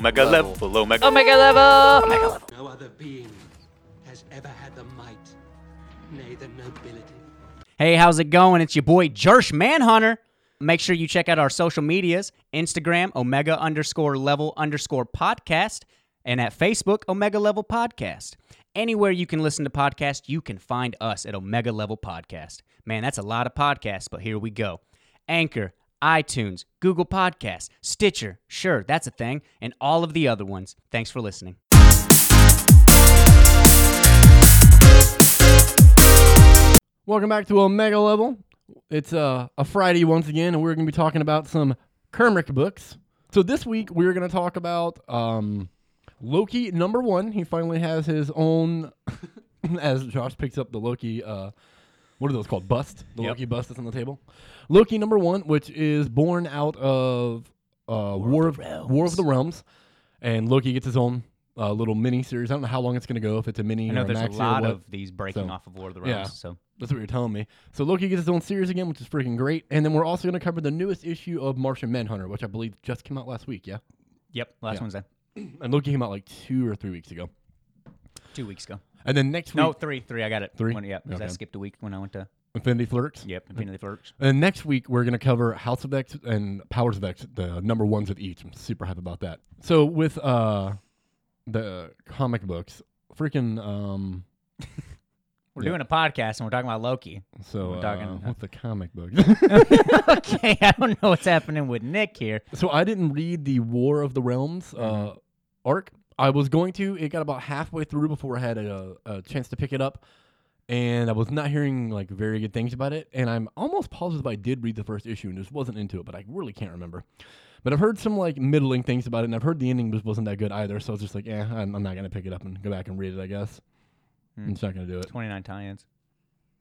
Omega Level. level. Omega. Omega level. Omega level. No other being has ever had the might, nay, the nobility. Hey, how's it going? It's your boy Jersh Manhunter. Make sure you check out our social medias Instagram, Omega underscore level underscore podcast, and at Facebook, Omega Level Podcast. Anywhere you can listen to podcasts, you can find us at Omega Level Podcast. Man, that's a lot of podcasts, but here we go. Anchor, iTunes, Google Podcasts, Stitcher, sure, that's a thing, and all of the other ones. Thanks for listening. Welcome back to Omega Level. It's uh, a Friday once again, and we're going to be talking about some Kermit books. So this week we're going to talk about um, Loki number one. He finally has his own. as Josh picks up the Loki, uh, what are those called? Bust. The Yep. Loki bust that's on the table. Loki number one, which is born out of uh, War, of War of the Realms, and Loki gets his own uh, little mini series. I don't know how long it's going to go. If it's a mini, I know or there's a maxi or lot what. of these breaking So, off of War of the yeah. Realms, so That's what you're telling me. So Loki gets his own series again, which is freaking great. And then we're also going to cover the newest issue of Martian Manhunter, which I believe just came out last week. Yeah, yep, last Yeah. one's that. and Loki came out like two or three weeks ago. Two weeks ago. And then next No, week, three, three. I got it. Three? One, yeah, because I Okay. skipped a week when I went to Infinity Flirts. yep Infinity Flirts. And then next week we're going to cover House of X and Powers of X, the number ones of each. I'm super hyped about that. So with uh the comic books, freaking um. We're Yeah. doing a podcast and we're talking about Loki. So We're talking- uh, with the comic book. okay, I don't know what's happening with Nick here. So I didn't read the War of the Realms uh, arc. I was going to. It got about halfway through before I had a, a chance to pick it up, and I was not hearing like very good things about it. And I'm almost positive I did read the first issue and just wasn't into it, but I really can't remember. But I've heard some like middling things about it, and I've heard the ending was wasn't that good either. So I was just like, yeah, I'm, I'm not gonna pick it up and go back and read it. I guess Hmm. I'm just not gonna do it. Twenty nine tie-ins.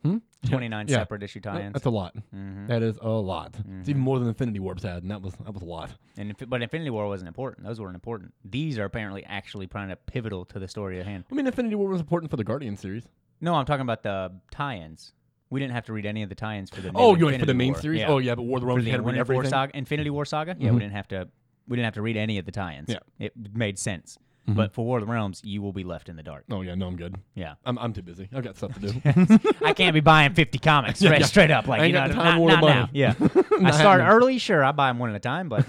Hmm? Twenty nine Yeah. separate issue Yeah, tie-ins. That's a lot. hmm That is a lot. It's even more than Infinity Warps had, and that was that was a lot. And if, but Infinity War wasn't important. Those weren't important. These are apparently actually kind of pivotal to the story at hand. I mean, Infinity War was important for the Guardian series. No, I'm talking about the tie-ins. We didn't have to read any of the tie-ins for the. new Oh, you mean for Infinity the main War. series? Yeah. Oh, yeah, but War of the for Realms the you had to read Infinity War everything. saga. Infinity War saga. Yeah, Mhm. we didn't have to. We didn't have to read any of the tie-ins. Yeah. it made sense. Mhm. But for War of the Realms, you will be left in the dark. Oh yeah, no, I'm good. Yeah, I'm, I'm too busy. I've got stuff to do. I can't be buying 50 comics Yeah, straight, yeah. straight up. I Like ain't you know, got the not, time or the not now. money. Yeah, I Not start happening. early. Sure, I buy them one at a time, but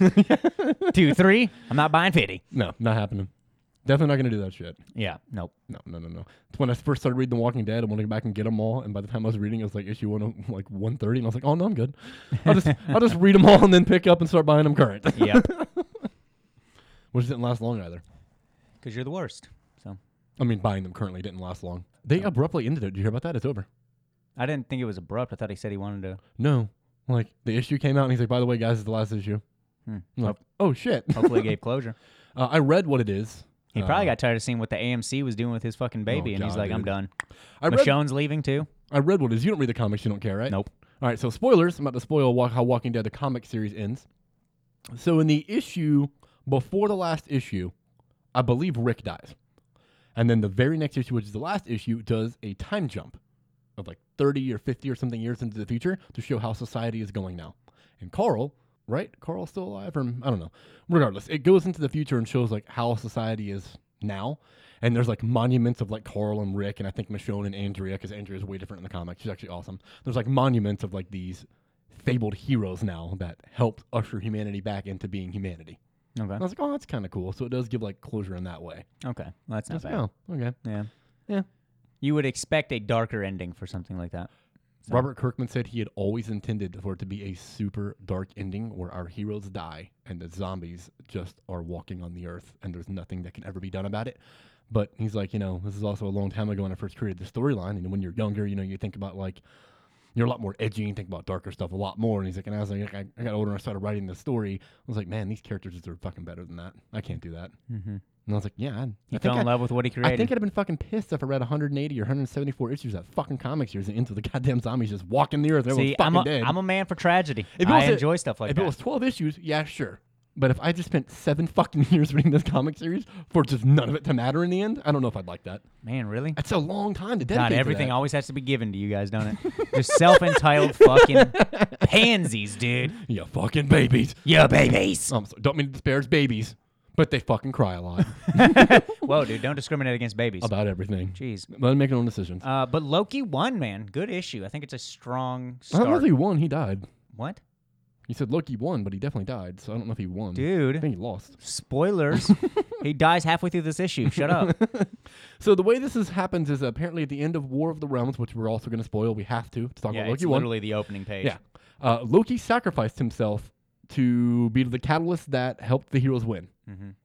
two, three, I'm not buying 50. No, not happening. Definitely not gonna do that shit. Yeah, nope. No, no, no, no. It's when I first started reading The Walking Dead. I wanted to go back and get them all, and by the time I was reading, it was like issue one, like one thirty, and I was like, oh no, I'm good. I'll just I'll just read them all and then pick up and start buying them current, Yeah, which didn't last long either. because you're the worst. So I mean, buying them currently didn't last long. They abruptly ended it. Did you hear about that? It's over. I didn't think it was abrupt. I thought he said he wanted to. No, like the issue came out, and he's like, by the way, guys, it's the last issue. Hmm. I'm like, oh shit. Hopefully, he gave closure. Uh, I read what it is. He Uh, Oh, probably got tired of seeing what the AMC was doing with his fucking baby, and he's God, like, "I'm dude. done." I read Michonne's leaving too. I read what it is. You don't read the comics. You don't care, right? Nope. All right. So spoilers. I'm about to spoil wa- how Walking Dead the comic series ends. So in the issue before the last issue, I believe Rick dies, and then the very next issue, which is the last issue, does a time jump of like 30 or 50 or something years into the future to show how society is going now. And Carl, right? Carl's still alive, or I don't know. Regardless, it goes into the future and shows like how society is now. And there's like monuments of like Carl and Rick, and I think Michonne and Andrea, because Andrea is way different in the comic. She's actually awesome. There's like monuments of like these fabled heroes now that helped usher humanity back into being humanity. Okay. And I was like, oh, that's kind of cool. So it does give like closure in that way. Okay. Well, that's I not was like, bad. oh, okay. Yeah. Yeah. You would expect a darker ending for something like that. So- Robert Kirkman said he had always intended for it to be a super dark ending where our heroes die and the zombies just are walking on the earth and there's nothing that can ever be done about it. But he's like, you know, this is also a long time ago when I first created the storyline. And when you're younger, you know, you think about like, you're a lot more edgy and think about darker stuff a lot more. And he's like, and I was like, I, I got older and I started writing the story. I was like, man, these characters are fucking better than that. I can't do that. Mm-hmm. And I was like, yeah. I, He I fell think I- in love with what he created. I think I'd have been fucking pissed if I read 180 or 174 issues of that fucking comic series and into the goddamn zombies just walking the earth. Everyone's See, I'm fucking a, dead. I'm a man for tragedy. If it I was a- enjoy stuff like if that. it was 12 issues, yeah, sure. But if I just spent seven fucking years reading this comic series for just none of it to matter in the end, I don't know if I'd like that. man, really? That's a long time to dedicate. God, to everything that. always has to be given to you guys, don't it? Just self entitled fucking pansies, dude. You fucking babies. Yeah, babies. Oh. I'm sorry, don't mean to disparage babies, but they fucking cry a lot Whoa, dude, don't discriminate against babies. about everything. Jeez. Let them make their own decisions. Uh, but Loki won, man. Good issue. I think it's a strong I start. don't know if he won. He died. What? He said Loki won, but he definitely died. So I don't know if he won. I Dude, think he lost. spoilers. he dies halfway through this issue. Shut up. So the way this is, happens is apparently at the end of War of the Realms, which we're also going to spoil. We have to to talk about Loki one. the opening page. Yeah, uh, Loki sacrificed himself to be the catalyst that helped the heroes win,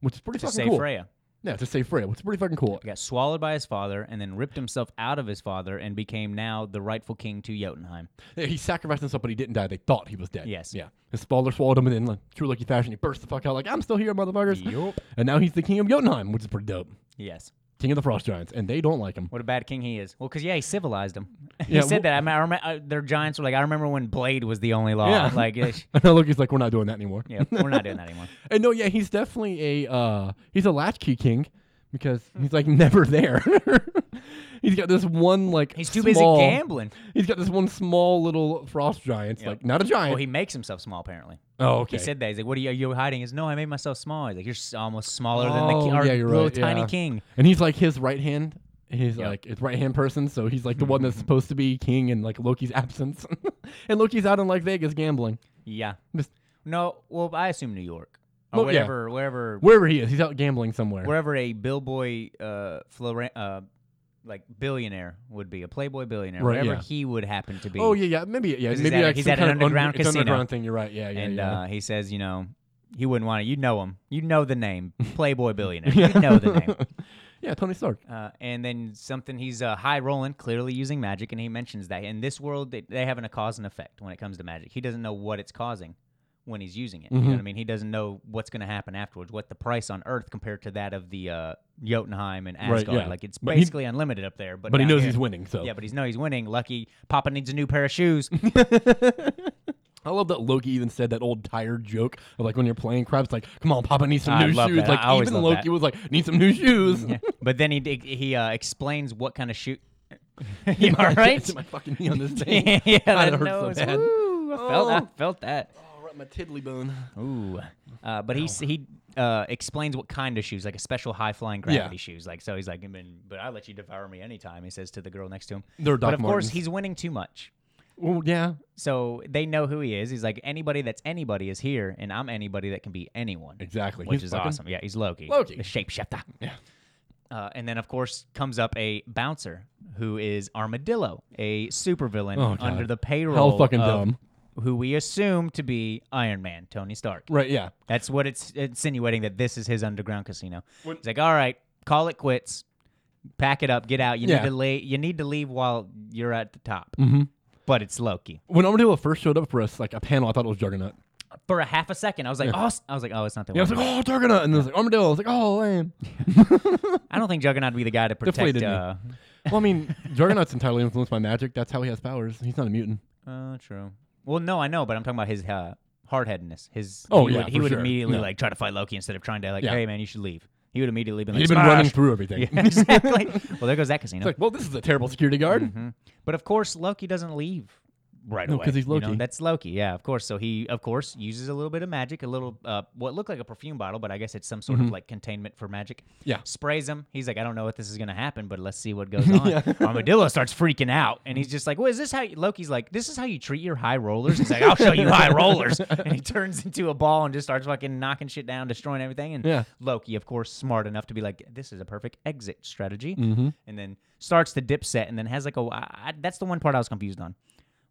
which is pretty Mm-hmm. To fucking save cool. Freya. Yeah, to save Freya, which is pretty fucking cool. He got swallowed by his father and then ripped himself out of his father and became now the rightful king to Jotunheim. Yeah, He sacrificed himself, but he didn't die. They thought he was dead. Yes. Yeah. His father swallowed him, and then, like, true Loki fashion, he burst the fuck out, like, I'm still here, motherfuckers. Yup. And now he's the king of Jotunheim, which is pretty dope. Yes. King of the Frost Giants, and they don't like him. What a bad king he is. Well, because, yeah, he civilized him. he Yeah, said wh- that. I mean, I remember, uh, their giants were like, I remember when Blade was the only law. Yeah. Like, ish. And Loki's like, we're not doing that anymore. yeah, we're not doing that anymore. And no, yeah, he's definitely a uh, he's a latchkey king because he's Hmm. like never there. he's got this one like He's too small- busy gambling. He's got this one small little frost giant. It's Yep. Like not a giant. Well, he makes himself small, apparently. oh, okay. He said that. He's like, "What are you, are you hiding?" He's, "No, I made myself small." He's like, "You're s- almost smaller than the Oh, ki- our yeah, you're little right, tiny yeah. king." and he's like his right hand. He's Yep. Hmm. like his right hand person, so he's like the one that's supposed to be king in like Loki's absence, and Loki's out in like Vegas gambling. Yeah. Mis- No. Well, I assume New York or Well, yeah. whatever, wherever, Wherever he is, he's out gambling somewhere. wherever a billboy, uh, Flora- uh, like billionaire would be a playboy billionaire, Right, wherever yeah. he would happen to be. oh yeah, yeah, maybe yeah, 'Cause he's maybe at a- like he's some at an kind of underground it's an casino. underground thing. You're right. Yeah, yeah, and yeah. Uh, he says, you know, he wouldn't want to. You know him. You know the name, playboy billionaire. You know the name. yeah, Tony Stark. Uh, and then something he's uh, high rolling, clearly using magic, and he mentions that in this world they, they having a cause and effect when it comes to magic. He doesn't know what it's causing when he's using it. You Mm-hmm. know what I mean? He doesn't know what's going to happen afterwards, what the price on Earth compared to that of the uh, Jotunheim and Right, Asgard. yeah. Like it's But he- basically unlimited up there. But But he down knows here- he's winning, so Yeah, but he's know he's winning. Lucky Papa needs a new pair of shoes. I love that Loki even said that old tired joke of like when you're playing crap, it's like, come on, Papa needs some I new love shoes. that. Like I always even love Loki that. was like, need some new shoes. Yeah. But then he dig- he uh, explains what kind of shoe. you all right? my fucking knee on this thing. yeah, God, that it hurt nose. so bad. Ooh, I felt I Oh. felt that. Oh, right, my tiddly bone. Ooh. Uh, but he s- he uh, explains what kind of shoes, like a special high flying gravity shoes. Like so, he's like, "I mean, but I let you devour me anytime. He says to the girl next to him. They're but Doc of course, Martens. he's winning too much. Well, yeah. So they know who he is. He's like, anybody that's anybody is here, and I'm anybody that can be anyone. Exactly. Which He's is fucking- awesome. Yeah, he's Loki. Loki. the shapeshifter. Yeah. Uh, and then, of course, comes up a bouncer who is Armadillo, a supervillain Oh, God. under the payroll fucking of dumb. who we assume to be Iron Man, Tony Stark. Right, yeah. That's what it's insinuating that this is his underground casino. He's like, all right, call it quits, pack it up, get out. You Yeah. Mm-hmm. need to lay, you need to leave while you're at the top. But it's Loki. When Armadillo first showed up for us, like a panel, I thought it was Juggernaut. For a half a second, I was like, oh, s- I was like, oh, it's not the Yeah, I was one. like, oh, Juggernaut. And then I was like, Armadillo. I was like, oh, lame. I don't think Juggernaut would be the guy to protect. Deflated me. Uh, well, I mean, Juggernaut's entirely influenced by magic. That's how he has powers. He's not a mutant. oh, true. Well, no, I know, but I'm talking about his uh, hard headedness. His Oh, he yeah, would, he for would sure. immediately No. like try to fight Loki instead of trying to like, Yeah. hey man, you should leave. He would immediately been like, He's been "Smash!" running through everything. Yeah, exactly. well, there goes that casino. It's like, well, this is a terrible Mm-hmm. security guard. But of course, Loki doesn't leave right No, away. 'cause he's you know? Loki. that's Loki. Yeah, of course. So he, of course, uses a little bit of magic, a little uh, what looked like a perfume bottle, but I guess it's some sort of like containment for magic. Mm-hmm. Yeah. Sprays him. He's like, I don't know if this is gonna happen, but let's see what goes on. Armadillo starts freaking out, and he's just like, Well, is this how? You, Loki's like, This is how you treat your high rollers. He's like, I'll show you high rollers, and he turns into a ball and just starts fucking knocking shit down, destroying everything. And Yeah. Loki, of course, smart enough to be like, this is a perfect exit strategy, and then starts to dip set, and then has like a. I, I- that's the one part I was confused on.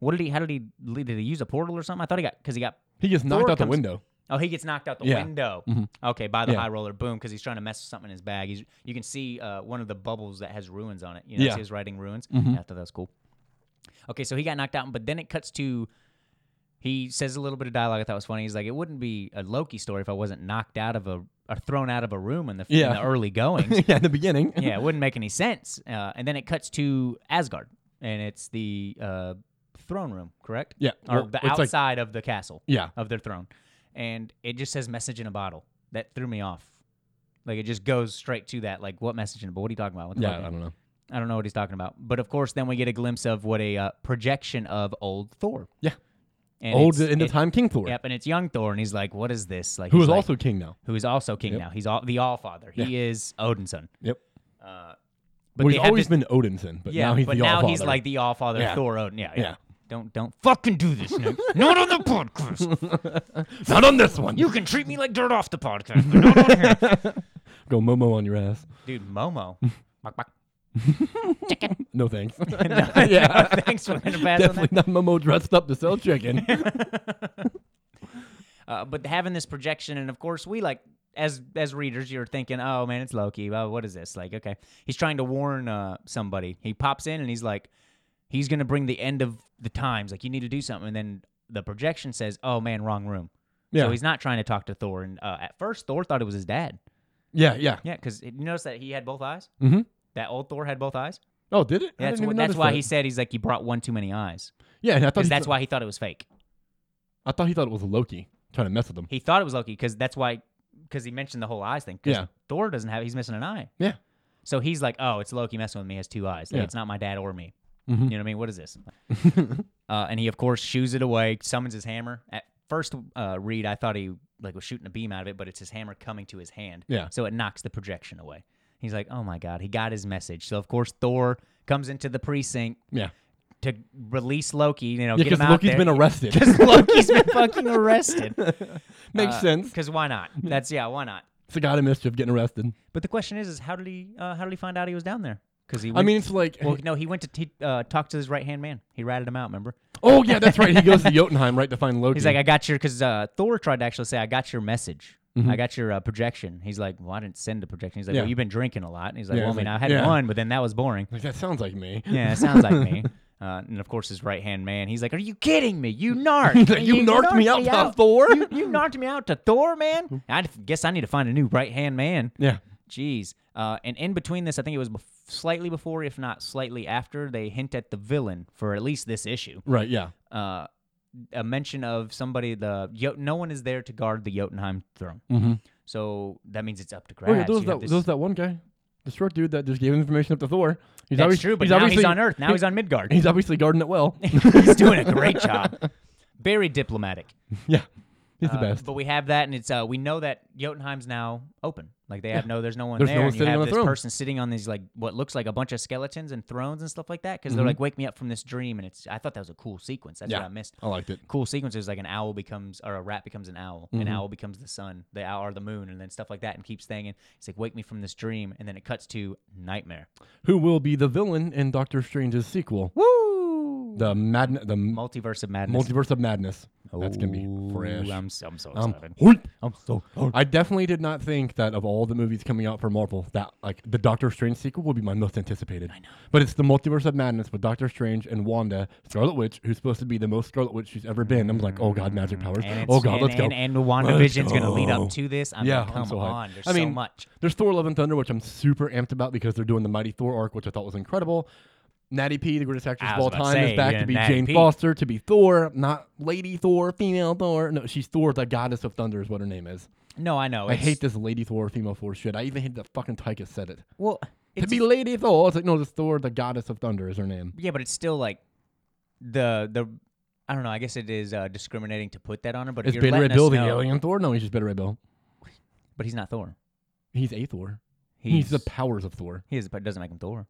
What did he? How did he? Did he use a portal or something? I thought he got because he got. He gets knocked Thor out the comes- window. Oh, he gets knocked out the Yeah. Mm-hmm. window. Okay, by the Yeah. high roller, boom, because he's trying to mess something in his bag. He's, you can see uh, one of the bubbles that has ruins on it. You know, Yeah. Mm-hmm. see his writing ruins. I thought that was cool. Okay, so he got knocked out, but then it cuts to he says a little bit of dialogue I thought was funny. He's like, it wouldn't be a Loki story if I wasn't knocked out of a or thrown out of a room in the, in Yeah. the early goings. yeah, in the beginning. yeah, it wouldn't make any sense. Uh, and then it cuts to Asgard, and it's the uh, throne room, correct? Yeah, or well, the it's like- outside of the castle Yeah. of their throne, and it just says "message in a bottle." That threw me off. Like it just goes straight to that. Like what message in a bottle? What are you talking about? What the Yeah, um, fuck? I don't know. I don't know what he's talking about. But of course, then we get a glimpse of what a uh, projection of old Thor. Yeah. And Old it's- in the it- time King Thor, Yep, and it's young Thor, and he's like, "What is this?" Like, who he's is like- also king now. who is also king now. He's all, the All Father. He is Odin's son. Yep. But well, they he's have always this- been Odinson, but Yeah, now he's but the now All-Father. he's like the All Father Yeah. Thor Odin. Yeah, yeah. Yeah. Don't don't fucking do this, Nick. not on the podcast. not on this one. You can treat me like dirt off the podcast, but not on here. go Momo on your ass. Dude, Momo. Muck, muck. No thanks. No, Yeah. no, thanks. We're gonna pass on that. Definitely not Momo dressed up to sell chicken. Uh, but having this projection, and of course, we like as as readers, you're thinking, "Oh man, it's Loki. Oh, what is this?" Like, okay, he's trying to warn uh, somebody. He pops in and he's like, "He's gonna bring the end of the times. Like, you need to do something." And then the projection says, "Oh man, wrong room." Yeah. So he's not trying to talk to Thor. And uh, at first, Thor thought it was his dad. yeah, yeah. Yeah, because you notice that he had both eyes. Mhm. That old Thor had both eyes. Oh, did it? I That's didn't wh- even that's notice why that. he said he's like you brought one too many eyes Yeah, and I thought because he that's thought- why he thought it was fake. I thought he thought it was Loki trying to mess with him. He thought it was Loki because that's why because he mentioned the whole eyes thing. 'cause Yeah. Thor doesn't have he's missing an eye. Yeah. So he's like, oh, it's Loki messing with me. He has two eyes. Like, Yeah. It's not my dad or me. Mhm. You know what I mean? What is this? uh, and he of course shoos it away, summons his hammer. At first uh, read, I thought he like was shooting a beam out of it, but it's his hammer coming to his hand. Yeah. So it knocks the projection away. He's like, oh my god, he got his message. So of course Thor comes into the precinct Yeah. to release Loki. You know, get Because him out Loki's there. been arrested. Because Loki's been fucking arrested. Makes sense. Because Uh, why not? That's yeah, why not? It's a god of mischief getting arrested. But the question is, is how did he uh, how did he find out he was down there? Because he I went, mean, it's like, well, no, he went to he, uh, talk to his right hand man. He ratted him out. Remember? oh yeah, that's right. He goes to Jotunheim right to find Loki. He's like, I got your because uh, Thor tried to actually say, I got your message. I got your uh, projection. He's like, well, I didn't send the projection. He's like, Mm-hmm. Yeah. well, you've been drinking a lot. And he's like, Yeah, well, I it's mean, like, I had yeah. one, but then that was boring. Like, that sounds like me. Yeah, it sounds like me. Uh, and of course, his right hand man. He's like, "Are you kidding me? You narked! You narked me out to Thor? You, you narked me out to Thor, man! I d- guess I need to find a new right hand man." Yeah. Jeez. Uh, and in between this, I think it was bef- slightly before, if not slightly after, they hint at the villain for at least this issue. Right. Yeah. Uh, a mention of somebody. The Yo- no one is there to guard the Jotunheim throne, Mm-hmm. so that means it's up to grabs. Oh yeah, there was, You that, have this- there was that one guy, the short dude that just gave information up to Thor. He's that's obvious- true, but now he's obviously- on Earth. Now he's on Midgard. He's obviously guarding it well. he's doing a great job. Very diplomatic. yeah, he's the Uh, best. But we have that, and it's uh, we know that Jotunheim's now open. Like they have no, there's no one There's no there. one and you sitting have on the this throne. person sitting on these like what looks like a bunch of skeletons and thrones and stuff like that because they're like, "Wake me up from this dream." And it's I thought that was a cool sequence. That's Mm-hmm. Yeah. what I missed. I liked it. Cool sequences like an owl becomes or a rat becomes an owl, Mm-hmm. an owl becomes the sun, the owl or the moon, and then stuff like that, and keeps saying it's like, "Wake me from this dream," and then it cuts to nightmare. Who will be the villain in Doctor Strange's sequel? Woo! The madness, the m- Multiverse of madness. multiverse of madness. That's gonna be Ooh, fresh. I'm, so- I'm so Um, excited. hoit. I'm so. I definitely did not think that of all the movies coming out for Marvel, that like the Doctor Strange sequel would be my most anticipated. I know. But it's the multiverse of madness with Doctor Strange and Wanda, Scarlet Witch, who's supposed to be the most Scarlet Witch she's ever been. I'm like, oh god, magic powers. Mm-hmm. And it's, oh god, and, let's go. And, and WandaVision's going to lead go. up to this. I mean, yeah, come I'm so hyped. on. There's I mean, so much. There's Thor: Love and Thunder, which I'm super amped about because they're doing the Mighty Thor arc, which I thought was incredible. Natty P, the greatest actress I of was all about to time, say, is back yeah, to be Natty Jane P. Foster, to be Thor, not Lady Thor, female Thor. No, she's Thor, the goddess of thunder, is what her name is. No, I I know. Oh, it's- hate this Lady Thor, female Thor shit. I even hate that fucking Tyka said it. Well, To it's, be Lady Thor, it's like no, this Thor, the goddess of thunder, is her name. yeah, but it's still like the the. I don't know. I guess it is uh, discriminating to put that on her, but if Is you're Ben letting Red us Bill the know- alien Thor? No, he's just Ben Red Bill. but he's not Thor. He's a Thor. He's, he's the powers of Thor. he is, but it doesn't make him Thor.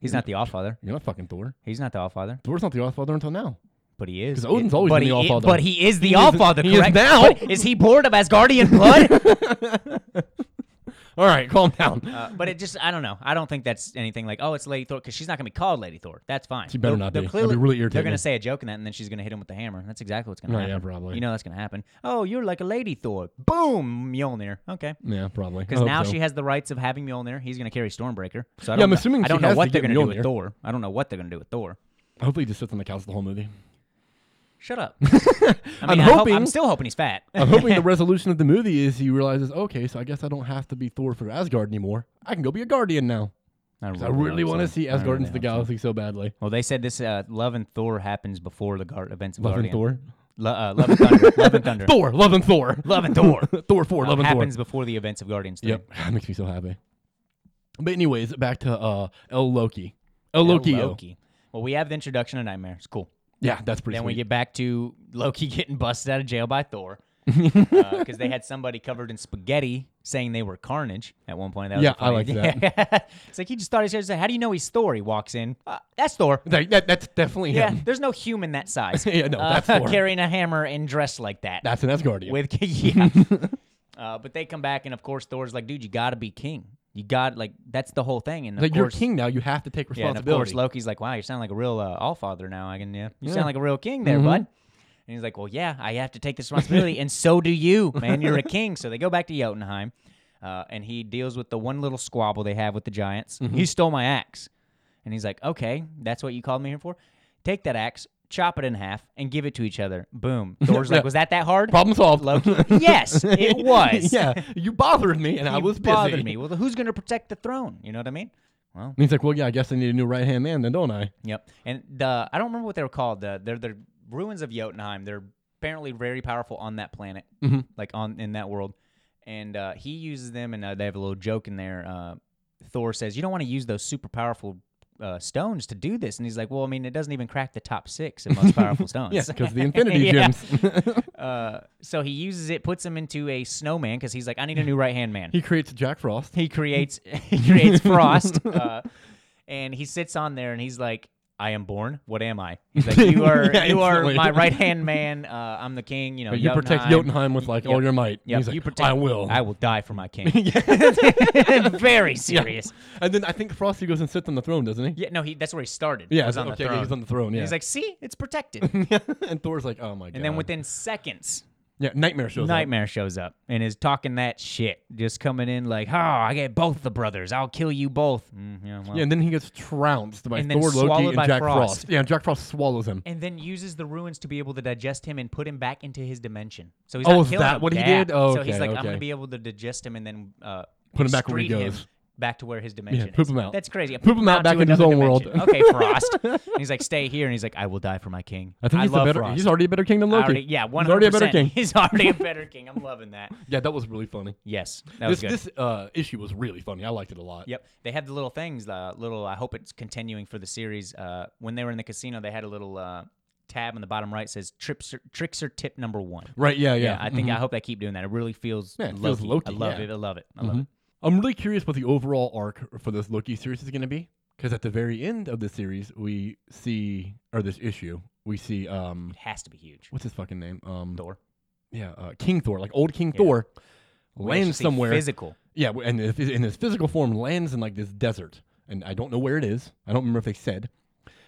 He's not the Allfather. You're not fucking Thor. He's not the Allfather, Thor's not the Allfather until now. but he is. 'Cause Odin's always but been the he i- Allfather. But he is the is- Allfather. he is correct? now. But is he bored of Asgardian blood? All right, calm down. Uh, but it just, I don't know. I don't think that's anything like, oh, it's Lady Thor, because she's not going to be called Lady Thor. That's fine. She better not be. That'd be really They're irritating. going to say a joke in that, and then she's going to hit him with the hammer. That's exactly what's going to Oh, yeah, happen. probably. You know that's going to happen. Oh, you're like a Lady Thor. Boom, Mjolnir. Okay. yeah, probably. I Because hope now so. she has the rights of having Mjolnir. He's going to carry Stormbreaker. So I don't I'm know. assuming I don't she know has what to they're get gonna do with Mjolnir. Thor. I don't know what they're going to do with Thor. Hopefully, he just sits on the couch the whole movie. Shut up. I mean, I hope- hoping- I'm still hoping he's fat. I'm hoping the resolution of the movie is he realizes, okay, so I guess I don't have to be Thor for Asgard anymore. I can go be a Guardian now. 'Cause I really hope want to so. see I Asgard really into the hope so. galaxy so badly. Well, they said this uh, Love and Thor happens before the guard events of Love and Guardian. Thor. Lo- uh, Love and Thunder. Love and Thunder. Thor, love and Thor. Love and Thor. Thor 4, Uh, love and Thor. happens before the events of Guardians 3. Yep, that makes me so happy. But anyways, back to uh, El Loki. El Loki. Loki. Well, we have the introduction of Nightmare. It's cool. Yeah, that's pretty. Then sweet. we get back to Loki getting busted out of jail by Thor because they had somebody covered in spaghetti saying they were Carnage at one point. That was Yeah, a I funny- like that. it's like he just thought he said, "How do you know he's Thor?" He walks in. Uh, that's Thor. That- that- that's definitely Yeah, him. there's no human that size. Yeah, no, uh, that's Thor. carrying a hammer and dressed like that. That's an Asgardian. with yeah. uh, but they come back and of course Thor's like, "Dude, you got to be king. You got like that's the whole thing." And of like course, you're king now. You have to take yeah, and of responsibility. course Loki's like, "Wow, you sound like a real uh, all father now. I can, yeah, you sound like a real king Mm-hmm. there, bud." And he's like, "Well, yeah, I have to take this responsibility, and so do you, man. You're a king." So they go back to Jotunheim, uh, and he deals with the one little squabble they have with the giants. Mm-hmm. He stole my axe, and he's like, "Okay, that's what you called me here for. Take that axe." Chop it in half and give it to each other. Boom. Thor's like, was that that hard? Problem solved. Loki. yes, it was. yeah, you bothered me, and I You was busy. bothered me. Well, who's going to protect the throne? You know what I mean? Well, And he's like, well, yeah, I guess I need a new right hand man, then don't I? yep. And the I don't remember what they were called. The they're the ruins of Jotunheim. They're apparently very powerful on that planet, Mm-hmm. like on in that world. And uh, he uses them, and uh, they have a little joke in there. Uh, Thor says, "You don't want to use those super powerful." Uh, stones to do this, and he's like, "Well, I mean, it doesn't even crack the top six of most powerful stones." Yeah, because the Infinity Yeah. Gems. Uh, so he uses it, puts him into a snowman because he's like, I need a new right hand man. he creates Jack Frost. He creates he creates frost, uh, and he sits on there and he's like, "I am born. What am I?" He's like, "You are Yeah, you are instantly. my right hand man. Uh, I'm the king. You know, But you protect Jotunheim with like all your might. And Yeah, he's like, you protect. I will. I will die for my king. Very serious. and then I think Frosty goes and sits on the throne, doesn't he? Yeah. no, he. That's where he started. Yeah, was so- on okay, the throne. yeah, he's on the throne. And Yeah. He's like, "See, it's protected." and and Thor's like, oh my god. then within seconds, yeah, nightmare shows Nightmare shows up and is talking that shit, just coming in like, "Oh, I get both the brothers. I'll kill you both." Mm, yeah, well. up. Yeah, and then he gets trounced by And then Thor, Loki, swallowed and by Jack Frost. Frost. Yeah, Jack Frost swallows him. and then uses the ruins to be able to digest him and put him back into his dimension. So he's Oh, not is killing that him. what he Yeah. did? Oh, so he's okay, like, I'm okay. gonna be able to digest him and then uh, Put him back where he excrete him goes. back to where his dimension. poop is. him out. That's crazy. Yeah, Poop him out to back into his another own world. dimension. okay, Frost. and he's like, stay here, and he's like, I will die for my king. I think he's love a better. Frost. He's already a better king than I Loki. already- yeah, one He's already a better king. He's already a better king. I'm loving that. Yeah, that was really funny. Yes, that was this good. this uh, issue was really funny. I liked it a lot. Yep, they had the little things. Uh, little. I hope it's continuing for the series. Uh, when they were in the casino, they had a little uh, tab on the bottom right says trickster, trickster tip number one. Right. Yeah. Mm-hmm. Yeah. I think I hope they keep doing that. It really feels Yeah, it Loki. feels I Loki, love yeah. Mm-hmm. it. I love it. I love it. I'm really curious what the overall arc for this Loki series is going to be because at the very end of the series, we see or this issue, we see um, It has to be huge. what's his fucking name? Um, Thor. yeah, uh, King Thor, like old King Yeah. Thor, We actually lands see somewhere. Physical. yeah, w- and if- in his physical form, lands in like this desert, and I don't know where it is. I don't remember if they said,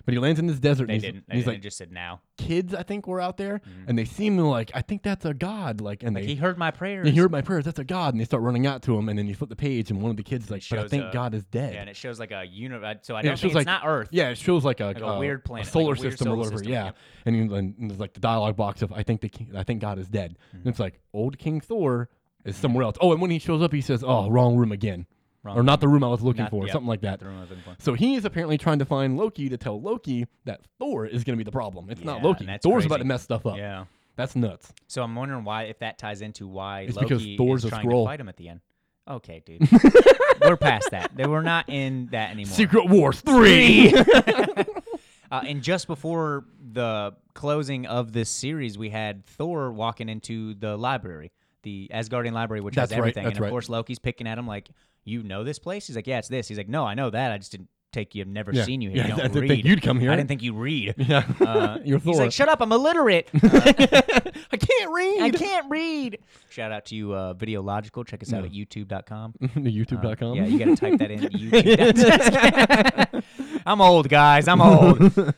but he lands in this desert. They and he's, didn't. and They he's didn't. like It just said now. kids, I think, were out there, and they seem like I think that's a god, like, and Like they he heard my prayers. You hear my prayers. That's a God. And they start running out to him. And then you flip the page, and one of the kids is like, but I shows think a- God is dead. yeah, and it shows like a universe. So I Yeah, don't think it's not Earth. Yeah, it shows like a, a uh, weird planet, like a solar weird system or solar whatever. system, yeah, yeah. and, you, and there's like the dialogue box of I think the king, I think God is dead. Mm-hmm. And it's like old King Thor is somewhere else. Oh, and when he shows up, he says, "Oh, wrong room again," Wrong or not the room I was looking Not- for, or yeah, something like that. the room I was looking for. So he is apparently trying to find Loki to tell Loki that Thor is going to be the problem. It's not Yeah, Loki. and that's Thor's about crazy. to mess stuff up. Yeah. That's nuts. So I'm wondering why, if that ties into why It's Loki because Thor's is a trying Skrull. to fight him at the end. Okay, dude, we're past that. They were not in that anymore. Secret Wars three. Uh, and just before the closing of this series, we had Thor walking into the library, the Asgardian library, which That's has right, everything. that's and of right. course, Loki's picking at him like, "You know this place?" He's like, "Yeah, it's this." He's like, "No, I know that. I just didn't take you. I've never Yeah. seen you Yeah, here. I you don't didn't read. think you'd come here." I didn't think you read." yeah, Uh, you're Thor. He's like, "Shut up! I'm illiterate. Uh, I can't read. I can't read." Shout out to you, uh, Videological. Check us out at YouTube.com. Mm-hmm. YouTube.com. uh, Yeah, you got to type that in. YouTube. I'm old, guys. I'm old.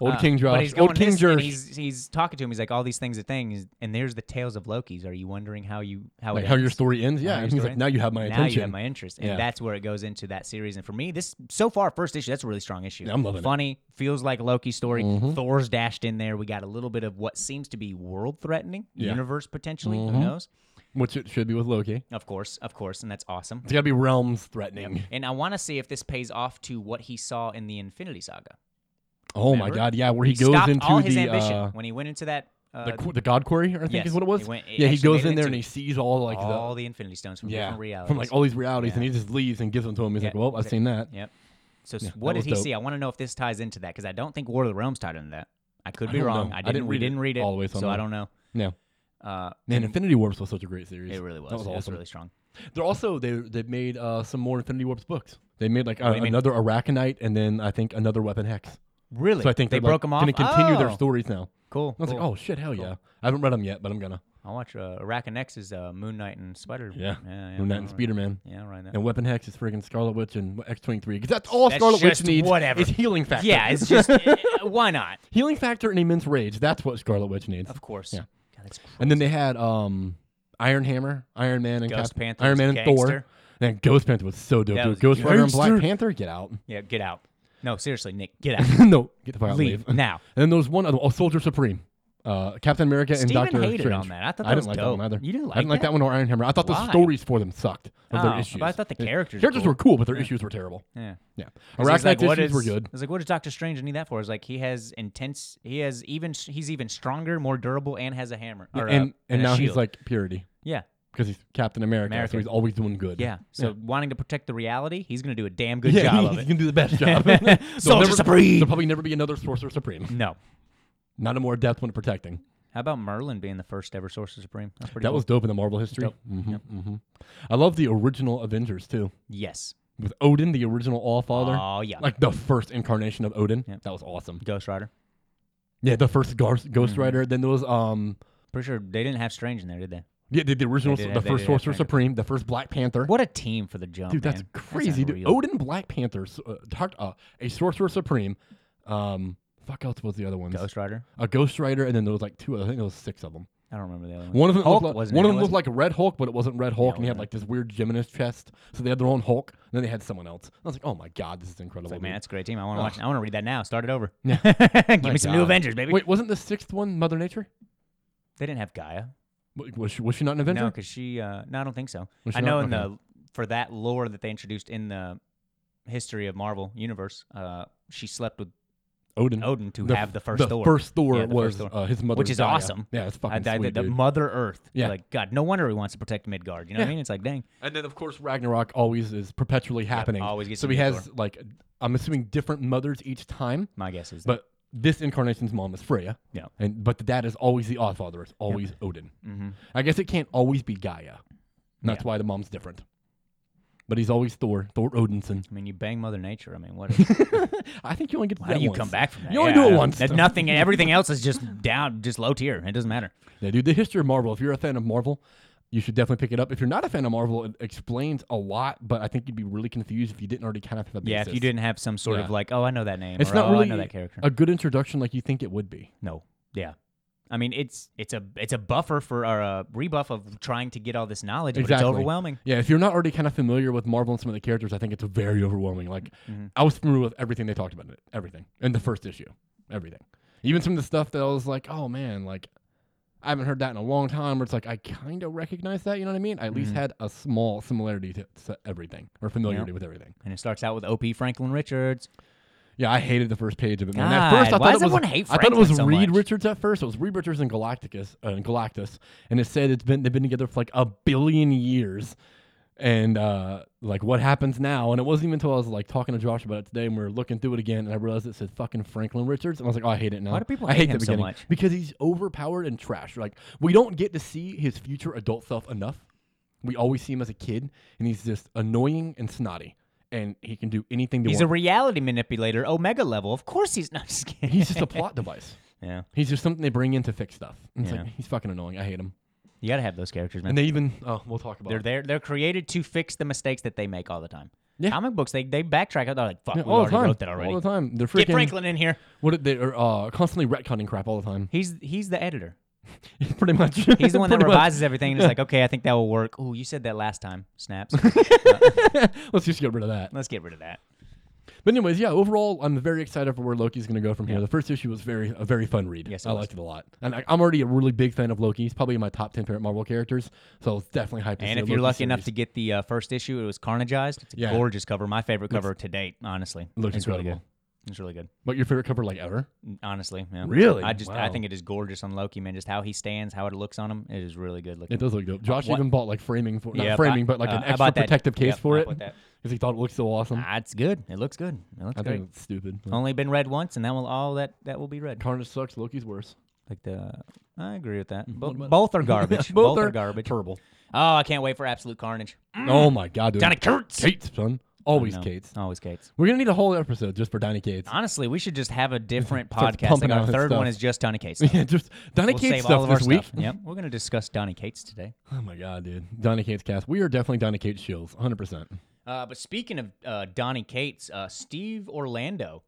Old Uh, King But Josh. he's going Old King this, and Josh. He's he's talking to him. He's like, all these things are things, and there's the tales of Loki's. Are you wondering how you how Like it how your ends? story ends. Yeah. your And he's story like, now you have my now attention. you have my interest, and Yeah. that's where it goes into that series. And for me, this so far first issue, that's a really strong issue. Yeah, I'm loving it. Mm-hmm. Funny, feels like Loki's story. Thor's dashed in there. We got a little bit of what seems to be world threatening, Yeah. Mm-hmm. universe potentially. Who knows? Which it should be with Loki. Of course, of course, and that's awesome. It's got to be realms threatening. And I want to see if this pays off to what he saw in the Infinity Saga. Oh my Remember? God. Yeah. Where he, He goes stopped into all his the. ambition uh, when he went into that. Uh, the, qu- the God Quarry, I think yes, is what it was. he went- it yeah, he actually goes made it in there and into he sees all like all the the Infinity Stones from yeah different realities. from like all these realities, and Yeah. he just leaves and gives them to him. He's Yeah, like, "Well, I've exact- seen that." Yep. So s Yeah, that what did was he dope. see? I want to know if this ties into that because I don't think War of the Realms tied into that. I could I be don't wrong. know. I didn't, we didn't read it, all the way, so I'm so not- I don't know. No. Uh, Man, Infinity Warps was such a great series. it really was. That was it was awesome. really strong. They're also they they made uh, some more Infinity Warps books. They made like uh, do you mean? another Arachnite and then I think another Weapon Hex. Really? So I think they they're, like, broke them off. Going to continue their Oh, stories now. Cool. I was like, cool. oh shit, hell yeah! I haven't read them yet, but I'm gonna. I'll watch uh, Arachnex's uh, Moon Knight and Spider. Yeah. yeah, yeah Moon Knight I'll and write- Speeder Man. Yeah, I'll write that. And Weapon Hex is friggin' Scarlet Witch and X23 because that's all That's Scarlet Witch just needs. whatever. It's healing factor. Yeah, it's just eh, why not? healing factor and immense rage. That's what Scarlet Witch needs. Of course. Yeah. God, that's crazy. And then they had um, Iron Hammer, Iron Man, and Ghost Cap- Panther Iron was Man and Thor. gangster. And Ghost Panther was so dope. That dude. was Ghost Rider and Black gangster. Panther, get out. yeah, get out. No, seriously, Nick, get out. no, get the fuck out. Leave now. And then there was one other, oh, Soldier Supreme, uh, Captain America and Steven Doctor hated Strange. on that. I thought I that didn't was like that dope. one either. You didn't I didn't like like that one or Iron Hammer. I thought Why? the stories for them sucked. Of Oh, their issues. but I thought the characters were characters cool. were cool, but their issues were terrible. Yeah. Yeah, So it's Arachnite's like, what issues were is- good. It's like, what does Doctor Strange need that for? It's like he has intense. He has even. He's even stronger, more durable, and has a hammer. Or a- and and a now he's shield. like purity yeah, because he's Captain America, America. so he's always doing good. yeah. So wanting to protect the reality, he's gonna do a damn good yeah, job he's of it. gonna do the best job. Soldier There'll never- Supreme. There'll probably never be another Sorcerer Supreme. No. Not a more adept one at protecting. How about Merlin being the first ever Sorcerer Supreme? That's pretty. That cool. was dope in the Marvel history. Dope. hmm hmm I love the original Avengers too, yes. with Odin, the original All Father. Oh yeah. like the first incarnation of Odin. Yep. That was awesome. Ghost Rider. Yeah, the first Gar- Mm-hmm. Ghost Rider. Then there was um, Pretty sure they didn't have Strange in there, did they? yeah, the, the original, They did the have- they first did have Sorcerer Strange. Supreme, the first Black Panther. What a team for the jump, Dude, that's man. crazy, dude. unreal. Odin, Black Panther, s- uh, Doc- uh, a Sorcerer Supreme. Um, fuck else was the other ones? Ghost Rider. A Ghost Rider, and then there was like two. I think there was six of them. I don't remember the other one. One of them, Hulk looked like, wasn't one of in them it, looked was like a Red Hulk, but it wasn't Red Hulk, and he had no. like this weird gymnast chest. So they had their own Hulk, and then they had someone else. I was like, oh my god, this is incredible. It's like, dude. man, that's a great team. I want to watch. I want to read that now. Start it over. Oh. Yeah. Give My me some new God. Avengers, baby. Wait, wasn't the sixth one Mother Nature? They didn't have Gaia. W- Was she, was she not an Avenger? No, because she. Uh, no, I don't think so. Was I she know not? in Okay. the for that lore that they introduced in the history of Marvel universe, uh, she slept with Odin. Odin to The have f- the first the Thor. first Thor Yeah, the was first Thor. Uh, his mother, Which is Gaia. awesome. Yeah, it's I, fucking I- the, sweet, the dude. Mother Earth. Yeah. Like God, no wonder he wants to protect Midgard. You know what I Yeah. mean? It's like dang. and then of course Ragnarok always is perpetually happening. always gets so a he new has like I'm assuming different mothers each time, My guess is. but this incarnation's mom is Freya. Yeah. and but the dad is always the odd father. It's always Odin. Mhm. I guess it can't always be Gaia. And That's why the mom's different. But he's always Thor, Thor Odinson. I mean, you bang Mother Nature. I mean, what? Is, I think you only get. To do how that do you once. come back from that? You only Yeah, I do it know. once. That nothing. Everything else is just down, just low tier. It doesn't matter. Yeah, dude, the history of Marvel. If you're a fan of Marvel, you should definitely pick it up. If you're not a fan of Marvel, it explains a lot, but I think you'd be really confused if you didn't already kind of have a basis. Yeah, if you didn't have some sort Yeah. of like, oh, I know that name, It's or not oh, really I know that character. a good introduction like you think it would be. no, yeah. I mean, it's it's a it's a buffer for or a rebuff of trying to get all this knowledge, but it's Exactly. overwhelming. Yeah, if you're not already kind of familiar with Marvel and some of the characters, I think it's very overwhelming. Like Mm-hmm. I was familiar with everything they talked about in it, everything in the first issue, everything, even some of the stuff that I was like, oh man, like I haven't heard that in a long time. Where it's like I kind of recognize that, you know what I mean? I at Mm-hmm. least had a small similarity to, to everything or familiarity with everything. And it starts out with OP Franklin Richards. Yeah, I hated the first page of it. Man. at God, first, I thought why does it was everyone hate I thought it Franklin was so Reed much? Richards at first. It was Reed Richards and Galacticus uh, and Galactus, and it said it's been they've been together for like a billion years, and uh, like what happens now? And it wasn't even until I was like talking to Josh about it today, and we were looking through it again, and I realized it said fucking Franklin Richards, and I was like, oh, I hate it now. Why do people I hate hate the him so beginning much? because he's overpowered and trash. Like we don't get to see his future adult self enough. We always see him as a kid, and he's just annoying and snotty. And he can do anything they He's a want. reality manipulator, Omega level. Of course, he's not. Just kidding. he's just a plot device. yeah. He's just something they bring in to fix stuff. And it's Yeah. like he's fucking annoying. I hate him. You gotta have those characters, man. And they even oh, we'll talk about. They're it. there. They're created to fix the mistakes that they make all the time. Yeah. Comic books, they they backtrack. They're like, fuck, Yeah, we all the already time. wrote that already. All the time. They're freaking. Get Franklin in here. What did they are uh, constantly retconning crap all the time. He's he's the editor. Pretty much. He's the one that Pretty much. revises everything and is like, okay, I think that will work. Ooh, you said that last time. Snaps. Let's just get rid of that. Let's get rid of that. But anyways, yeah. Overall, I'm very excited for where Loki's going to go from here. The first issue was very a very fun read. Yes, it I was. liked it a lot. And I, I'm already a really big fan of Loki. He's probably my top ten favorite Marvel characters. So I was definitely hyped. to see And if a you're Loki lucky enough series. to get the uh, first issue, it was Carnageized. It's a Yeah. gorgeous cover. My favorite cover to date, honestly. looks it's really good. incredible. It's really good. what your favorite cover like ever? Honestly, yeah. Really? I just I Wow. think it is gorgeous on Loki, man. Just how he stands, how it looks on him. It is really good looking. It does look dope. Josh What- even bought like framing for not Yeah, framing, I- but like uh, an I extra bought that. protective case Yep, for I it. bought that. because he thought it looked so awesome. Ah, it's good. It looks good. It looks I great. Oh. think it's stupid. Only been read once, and that will all that that will be read. Carnage sucks. Loki's worse. Like the, I agree with that. Bo- what about- both are garbage. Both are garbage. Mm. Terrible. Oh, I can't wait for Absolute Carnage. Oh my god, dude. Donny Cates. Cates, son. Always No, Cates. Always Kate's. We're gonna need a whole episode just for Donny Cates. Honestly, we should just have a different Starts podcast. pumping Like our out his third stuff. one is just Donny Cates. stuff. Yeah, just Donny We'll Cates save all stuff of our this week. stuff. Yep, we're gonna discuss Donny Cates today. Oh my god, dude. Donny Cates cast. We are definitely Donny Cates shills, 100%. Uh, but speaking of uh, Donny Cates, uh, Steve Orlando,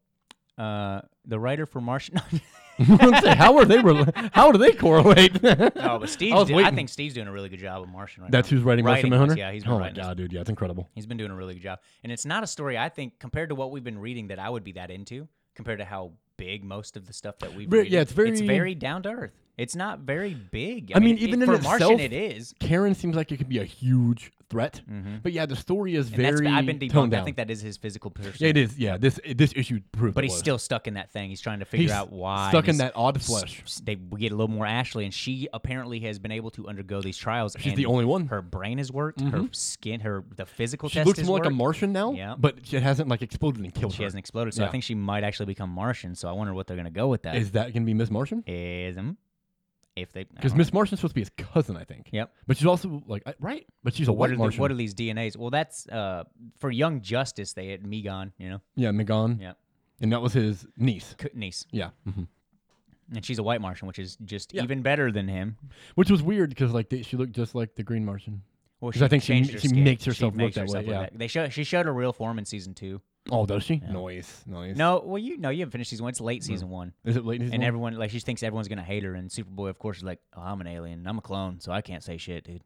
uh, the writer for Martian. how are they? rela- how do they correlate? no, Oh, but Steve's I was do- I waiting. think Steve's doing a really good job of Martian right That's now. who's writing Martian this, Manhunter. Yeah, he's been oh my writing this. god, dude. Yeah, it's incredible. He's been doing a really good job. And it's not a story I think compared to what we've been reading that I would be that into compared to how big most of the stuff that we've Very- reading. yeah, it's very- it's very down to earth. It's not very big. I mean, it- even it, in for Martian itself, it is. Karen seems like it could be a huge threat, but yeah, the story is Mm-hmm. And that's very I've been toned debunked. down. I think that is his physical person. yeah, it is. Yeah, this this issue proved. but it he's was. still stuck in that thing. He's trying to figure He's out why. stuck in He's- that odd s- flesh. s- They we get a little more Ashley, and she apparently has been able to undergo these trials. She's and the only one. Mm-hmm. Her brain has worked. Her skin, her the physical She test looks has more like a worked. Martian now, Yeah. but she hasn't like exploded and killed her. She hasn't exploded, so I Yeah. think she might actually become Martian. So I wonder what they're gonna go with that. Is that gonna be Miss Martian? is um, if they I Because don't Miss Martian's supposed to be his cousin, I think. Yep. But she's also like I- right. But she's a know. what white are the, Martian. what are these DNAs? Well, that's uh for Young Justice. They had Megon, you know, yeah, Megan. Yep. And that was his niece. c- niece, Yeah. hmm and she's a white Martian, which is just Yeah. even better than him. Which was weird because like they, she looked just like the Green Martian. Well, 'Cause I think she changed m- her she skin. makes herself look makes that way, herself yeah. They show she showed her real form in season two. Oh, does she? Nice, nice. No, well, you know, you haven't finished season one. It's late season one, Is it late? in season and one? everyone like she thinks everyone's gonna hate her. And Superboy, of course, is like, "Oh, I'm an alien. I'm a clone, so I can't say shit, dude."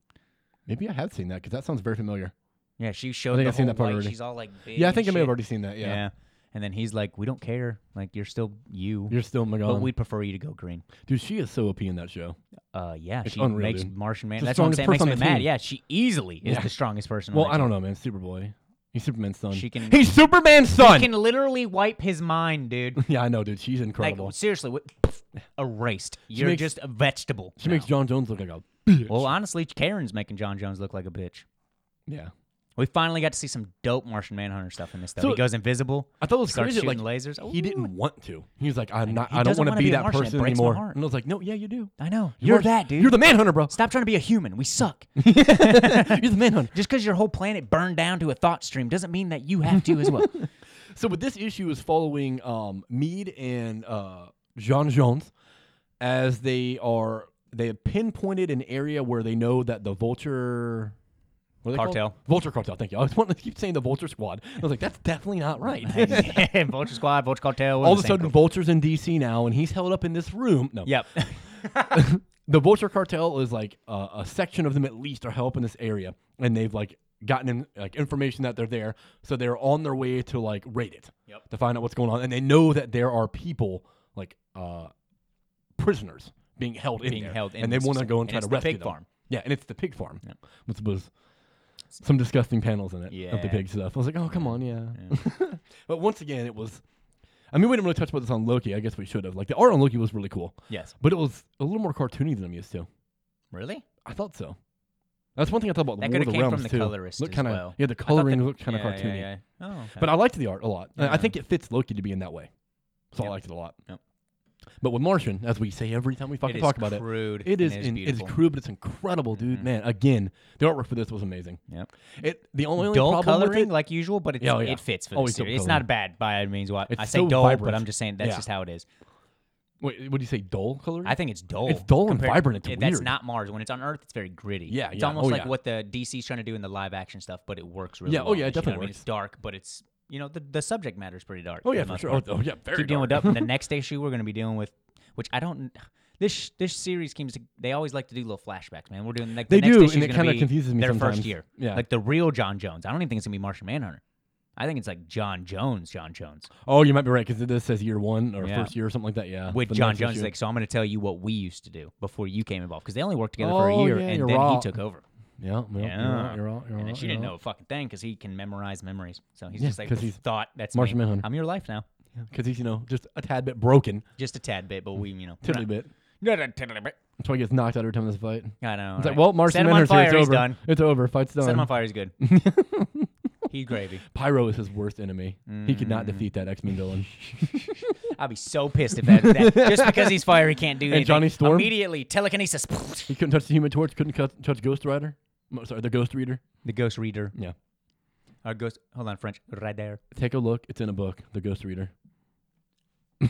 Maybe I have seen that because that sounds very familiar. Yeah, she showed. think the I've seen whole that part light. already. She's all like, big yeah, I and think I may shit. have already seen that. Yeah. and then he's like, "We don't care. Like, you're still you, You're still Magan. but we'd prefer you to go green." Dude, she is so OP in that show. Uh, yeah, It's she unreal, makes dude. Martian Man. It's the That's what I'm strongest saying. Makes person me on the mad. team. Yeah, she easily is Yeah. the strongest person. Well, on I don't know, man. Superboy. He's Superman's son. She can- He's Superman's son. Can literally wipe his mind, dude. Yeah, I know, dude. She's Like incredible. seriously, what, erased. You're makes- just a vegetable. she now. makes John Jones look like a bitch. Well, honestly, Karen's making John Jones look like a bitch. yeah. We finally got to see some dope Martian Manhunter stuff in this though. So- he goes invisible. I thought it was starts crazy. that, shooting Like lasers. he Ooh, didn't want to. He was like, I am not. He I don't doesn't want to wanna be, be a that Martian. It person breaks my anymore. heart. And I was like, No, yeah, you do. I know. You You're are- that dude. You're the Manhunter, bro. Stop trying to be a human. We suck. you're the Manhunter. Just because your whole planet burned down to a thought stream doesn't mean that you have to as well. So, but this issue is following um, Mead and uh, Jean Jones as they are they have pinpointed an area where they know that the Vulture what are they called? Cartel. Vulture Cartel. Thank you. I was wanting to keep saying the Vulture Squad. I was like, that's definitely not right. Vulture Squad, Vulture Cartel. we're All the of a same sudden, group. Vulture's in DC now, and he's held up in this room. No, Yep. the Vulture Cartel is like uh, a section of them at least are held up in this area, and they've like gotten in, like information that they're there, so they're on their way to like raid it Yep. to find out what's going on, and they know that there are people like uh, prisoners being held in Being there, held in and they this want to facility. go and try And to it's the rescue pig them. farm. Yeah, and it's the pig farm, which was some disgusting panels in it of Yeah. the pig stuff. I was like, oh come on, yeah. but once again, it was. I mean, we didn't really touch about this on Loki. I guess we should have. Like the art on Loki was really cool. Yes. But it was a little more cartoony than I'm used to. Really? I thought so. That's one thing I thought about That Lord of coulda the came from Realms the too. colorist Looked as kinda- well. Yeah, the I thought coloring that- looked kind of yeah, cartoony. Yeah, yeah. Oh, okay. But I liked the art a lot. And I Yeah. think it fits Loki to be in that way, so I liked it a lot. Yep. But with Martian, as we say every time we fucking is talk about crude it, it and is it is in- it is beautiful. Mm-hmm. crude, but it's incredible, dude. Man, again, the artwork for this was amazing. Yep. It the only dull problem coloring with it, like usual, but it's, Yeah, oh, yeah. it fits for Always the dull series. It's coloring. not bad by any means. What I It's say so dull, but vibrant. I'm just saying that's Yeah. just how it is. wait, would you say dull coloring? I think it's dull. It's dull and vibrant. It's it- That's weird. not Mars. When it's on Earth, it's very gritty. Yeah, It's yeah. almost Oh, like yeah. what the DC's trying to do in the live action stuff, but it works really. Yeah, oh, well. yeah, it You know definitely what I mean? It's dark, but it's you know the, the subject matter is pretty dark. oh yeah, the for most sure. part. Oh, oh yeah, very keep dealing with dark. up. and the next issue, we're going to be dealing with, which I don't. This this series seems to. They always like to do little flashbacks, man. We're doing like They the next do, issue and is it gonna kinda be confuses me Their first sometimes. year, Yeah. like the real John Jones. I don't even think it's gonna be Martian Manhunter. I think it's like John Jones, John Jones oh, you might be right because this says year one or Yeah. first year or something like that. Yeah, Uh, with the John next Jones. issue. Like, so I'm gonna tell you what we used to do before you came involved because they only worked together for Oh, a year yeah, and you're then right. he took over. yeah, yeah, you're Yeah. right, you're right, you're and then right, she you're didn't right. know a fucking thing because he can memorize memories. So he's Yeah, just like 'cause he's thought that's Martian me. Manhunter." I'm your life now, because he's you know just a tad bit broken, just a tad bit, but we you know tiddly bit. No, no, tiddly bit. That's why he gets knocked out every time in this fight. I know. It's like, right? well, Set Martian him on Manhunter's here. fire. It's he's over. done. It's over. Fight's done. Set him on fire is good. He gravy. Pyro is his worst enemy. He could Mm. not defeat that X Men villain. I'd be so pissed if that, that just because he's fire, he can't do anything. Johnny Storm? immediately telekinesis. he couldn't touch the Human Torch. Couldn't cut, touch Ghost Rider. M- Sorry, the Ghost Reader. the ghost reader. Yeah, Or ghost. Hold on, French. Radar. take a look. It's in a book. The Ghost Reader.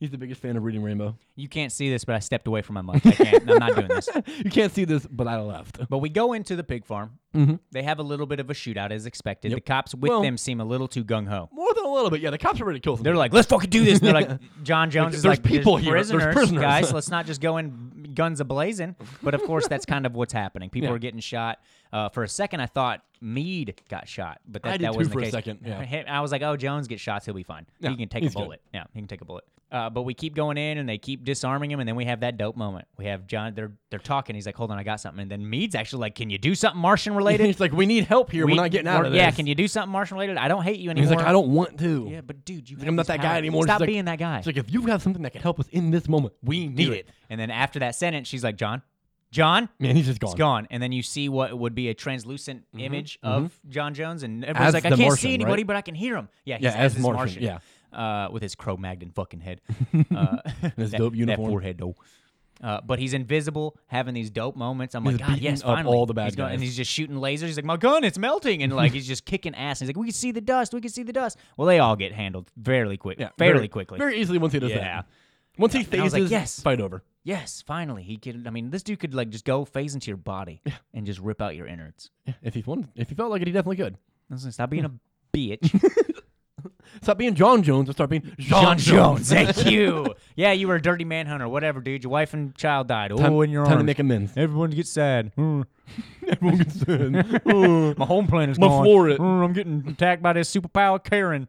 He's the biggest fan of reading Rainbow. You can't see this, but I stepped away from my mic. I can't. I'm not doing this. You can't see this, but I left. But we go into the pig farm. Mhm. They have a little bit of a shootout as expected. The Yep. cops with Well- them seem a little too gung ho. More than a little bit. Yeah, the cops are ready to kill somebody. They're like, let's fucking do this. They're like, John Jones is there's like, people here. There's prisoners, prisoners." guys. Let's not just go in guns a blazing. But of course, that's kind of what's happening. People Yeah. are getting shot. Uh, for a second, I thought Meade got shot, but that, I did that too wasn't for a the case. second, yeah. Him- I was like, oh, Jones gets shots, he'll be fine. Yeah, he can take a he's good. bullet. Yeah, he can take a bullet. Uh, but we keep going in, and they keep disarming him, and then we have that dope moment. We have John. They're they're talking. He's like, hold on, I got something. And then Meade's actually like, can you do something Martian related? He's like, we need help here. We, are not getting out or- of this. Yeah, can you do something Martian related? I don't hate you anymore. He's like, I don't want to. Yeah, but dude, you Like, have I'm not these that guy powers. anymore. Stop She's like- being that guy. It's like if you have something that could help us in this moment, we need it. And then after that sentence, she's like, John, John, Man, he's just gone. it's Mm-hmm. gone. And then you see what would be a translucent image of John Jones, and everyone's As like, I the can't Martian, see anybody, right? but I can hear him. Yeah, he's, Yeah, as this Martian, Uh, with his Cro-Magnon fucking head. Uh, his that- dope That uniform. forehead, though. Uh, but he's invisible, having these dope moments. I'm He's like, God, beating yes, up finally. all the bad he's going- guys. And he's just shooting lasers. He's like, my gun, it's melting. And like, he's just kicking ass. And he's like, we can see the dust. We can see the dust. Well, they all get handled fairly quick, Yeah, fairly very- quickly. Very easily once he does Yeah. that. Once he And I was phases, like, yes. fight over. Yes, finally he can. I mean, this dude could like just go phase into your body and just rip out your innards. If he wanted, if he felt like it, he definitely could. I was like, Stop being a bitch, Stop being John Jones and start being John, Thank you. Yeah, you were a dirty manhunter. Whatever, dude. Your wife and child died. Oh, Time, in your time arms. to make amends. Everyone gets sad. Mm. Everyone gets in. Oh. My home planet is My gone. floor it. Mm, I'm getting attacked by this superpower Karen.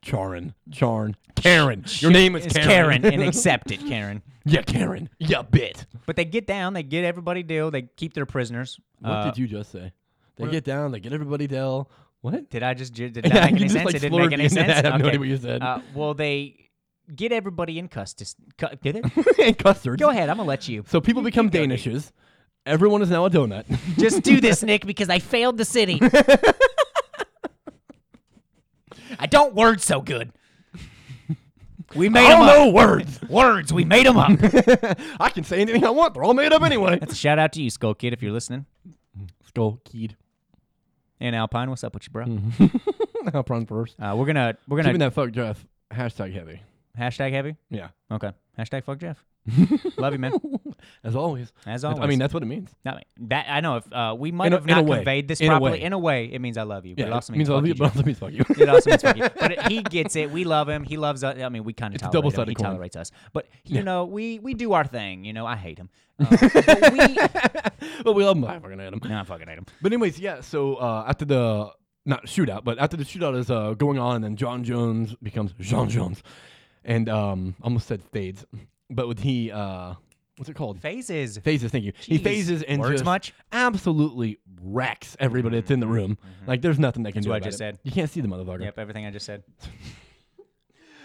Charin, Charn, Karen. Your name is It's Karen. Karen, and accept it, Karen. yeah, Karen. Yeah, bit. But they get down. They get everybody deal. They keep their prisoners. What Uh, did you just say? They get down. They get everybody down. What? Did I just did that Yeah, make you any just, sense? like, it didn't make slurred any the end of sense. that. I have no idea what you said. Uh, well, they get everybody in custody. Cu- did it? and custard. Go ahead, I'm gonna let you. So people become Danishes. Everyone is now a donut. Just do this, Nick, because I failed the city. I don't word so good. We made I them don't up. know words. Words, we made them up. I can say anything I want. They're all made up anyway. Shout out to you, Skull Kid, if you're listening. Skull Keed. And Alpine, what's up with you, bro? Alpron first. Uh, we're gonna we're Hmm. Keeping gonna that fuck Jeff hashtag heavy. hashtag heavy. Yeah. Okay, hashtag fuck Jeff. Love you, man. As always. As I- always. I mean, that's what it means. Not, that I know. If uh, we might In a- have in a not way. conveyed this In a properly, way. in a way, it means I love you. But it also it means means, I love fuck you, you, but Jeff. also means fuck you. It also means fuck you. But it- he gets it. We love him. He loves us. I mean, we kind of It's a tolerate him. double-sided He coin. tolerates us. But you know, we we do our thing. You know, I hate him. Uh, but we, but we love him. I fucking hate him. no, I fucking hate him. But anyways, yeah. So uh, after the not shootout, but after the shootout is uh, going on, and John Jones becomes John Jones, and um, almost said fades, but with he uh, what's it called? Phases. Phases, thank you. He Jeez. phases and Words just much? absolutely wrecks everybody that's in the room. Like there's nothing they can do. Mm-hmm. what about I just it. said. You can't see the motherfucker. Yep, everything I just said.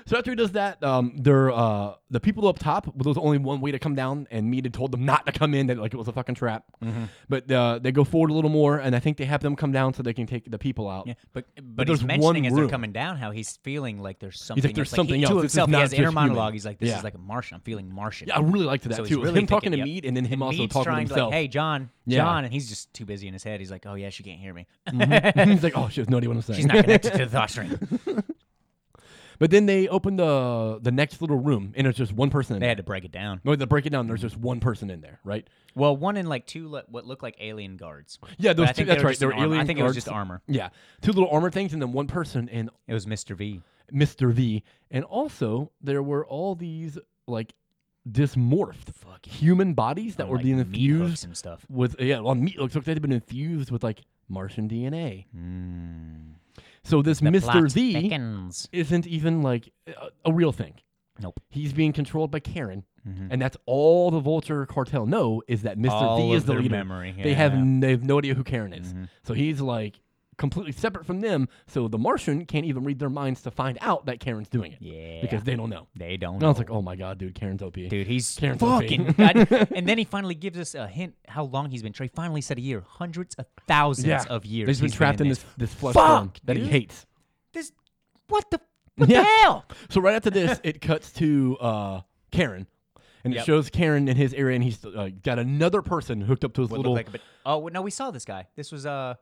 So after he does that, um, there uh, the people up top well, there was only one way to come down, and Mead had told them not to come in, that like it was a fucking trap. Mm-hmm. But uh, they go forward a little more, and I think they have them come down so they can take the people out. Yeah, but but there's he's mentioning one as they're room. coming down how he's feeling like there's something. "There's else." Like, something he, else. To This is himself, he not has an inner just human. monologue. He's like, "This Yeah. is like a Martian. I'm feeling Martian." Yeah, I really liked that So he's too. It was really him talking to thinking, yep. Mead, and then him also Meade's talking to trying himself. like, "Hey, John, Yeah. John," and he's just too busy in his head. He's like, "Oh yeah, she can't hear me. He's like, oh, she has no idea what I'm saying. She's not connected to the thought string." but then they open the the next little room, and it's just one person. In They there. had to break it down. No, they break it down. There's just one person in there, right? Well, one and like two lo- what looked like alien guards. Yeah, But those I two. think That's were right. just They were an armor. alien I think it was guards. just armor. Yeah, two little armor things, and then one person, and It was Mr. V. Mr. V. And also, there were all these like dismorphed Fucking human bodies that on, were like, being meat hooks infused and stuff. with yeah, on meat looks like they'd been infused with like Martian DNA. Hmm. So this Mr. Plot Mm. V thickens. isn't even like a, a real thing. Nope. Mm-hmm. He's being controlled by Karen, and that's all the Vulture cartel know is that Mr. All V is of the their leader. memory, They have yeah. Mm-hmm. n- they have no idea who Karen is. So he's like completely separate from them. So the Martian can't even read their minds to find out that Karen's doing it. Yeah. Because they don't know. They don't. And I was like, oh my God, dude, Karen's OP. Dude, he's Karen's fucking. OP. I- and then he finally gives us a hint how long he's been trapped. He finally said a year, hundreds of thousands yeah. of years. He's been trapped in this. this, this flesh Fuck, form that he dude. hates. This, what the, what Yeah. the hell? So right after this, it cuts to uh, Karen, and Yep. it shows Karen in his area, and he's uh, got another person hooked up to his Would little. look like a bit- oh well, no, we saw this guy. This was uh,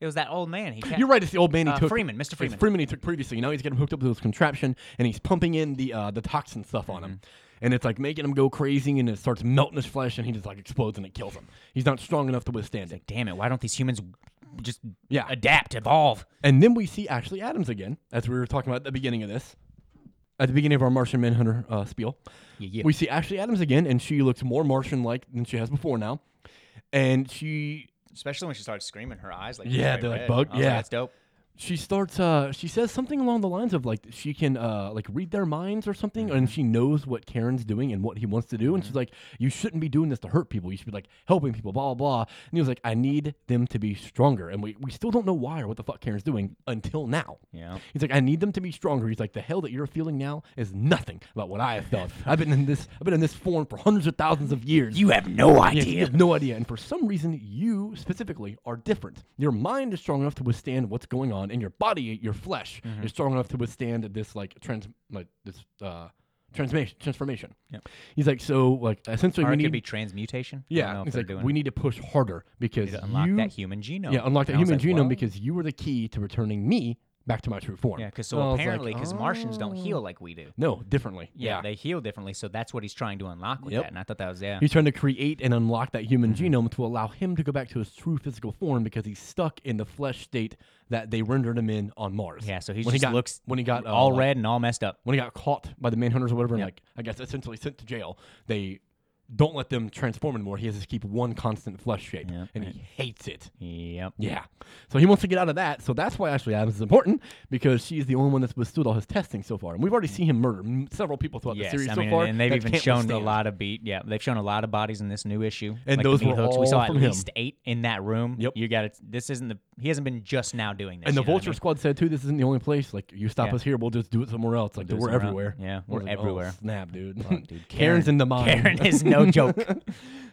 it was that old man. He can't, You're right. It's the old man he Uh, took. Freeman, Mr. it's Freeman. Freeman he took previously. Now he's getting hooked up to this contraption, and he's pumping in the uh, the toxin stuff on him, Mm-hmm. and it's like making him go crazy, and it starts melting his flesh, and he just like explodes and it kills him. He's not strong enough to withstand it. Damn it! Why don't these humans just Yeah. adapt, evolve? And then we see Ashley Adams again, as we were talking about at the beginning of this, at the beginning of our Martian Manhunter uh, spiel. Yeah, yeah. We see Ashley Adams again, and she looks more Martian like than she has before now. And she Especially when she started screaming, her eyes like Yeah, they're, like, bugged. Yeah. that's dope. she starts uh she says something along the lines of like she can uh like read their minds or something Mm-hmm. and she knows what Karen's doing and what he wants to do and she's like you shouldn't be doing this to hurt people you should be like helping people blah blah blah and he was like I need them to be stronger and we, we still don't know why or what the fuck Karen's doing until now Yeah. he's like I need them to be stronger he's like the hell that you're feeling now is nothing about what I have felt I've been in this I've been in this form for hundreds of thousands of years You have no yeah, you idea. have no idea. And for some reason, you specifically are different. Your mind is strong enough to withstand what's going on, and your body, your flesh, Mm-hmm. is strong enough to withstand this like trans like this uh transformation transformation. Yep. He's like, so like essentially Or we it need could be transmutation. I don't know yeah. if He's they're like doing we need to push harder because to unlock you that human genome. yeah unlock that And I was human like, genome well, because you were the key to returning me back to my true form. yeah, because And I so was like, apparently, because Martians don't "Oh." heal like we do. No, differently. Yeah, they heal differently, so that's what he's trying to unlock with Yep. that. And I thought that was yeah. Mm-hmm. He's trying to create and unlock that human genome to allow him to go back to his true physical form because he's stuck in the flesh state that they rendered him in on Mars. Yeah, so he when just he got, looks when he got uh, all like- red and all messed up. when he got caught by the manhunters or whatever, and Yeah. like I guess essentially sent to jail. They don't let them transform anymore. He has to keep one constant flesh shape, Yeah. and he hates it. Yep. Yeah. So he wants to get out of that. So that's why Ashley Adams is important because she's the only one that's withstood all his testing so far. And we've already seen him murder m- several people throughout Yes, the series I so mean, far. and they've that even can't shown a withstand. lot of beat. Yeah, they've shown a lot of bodies in this new issue, And like those the meat were hooks. all We saw at from him. least eight in that room. Yep. you got it. This isn't the. He hasn't been just now doing this. And the you know what Vulture Squad said too, this isn't the only place. Like you stop Yeah. us here, we'll just do it somewhere else. Like do it we're somewhere else. everywhere. Yeah, I we're was like, oh, everywhere. snap, dude. Fuck, dude. Karen's in the I mind. mean? Karen is no joke.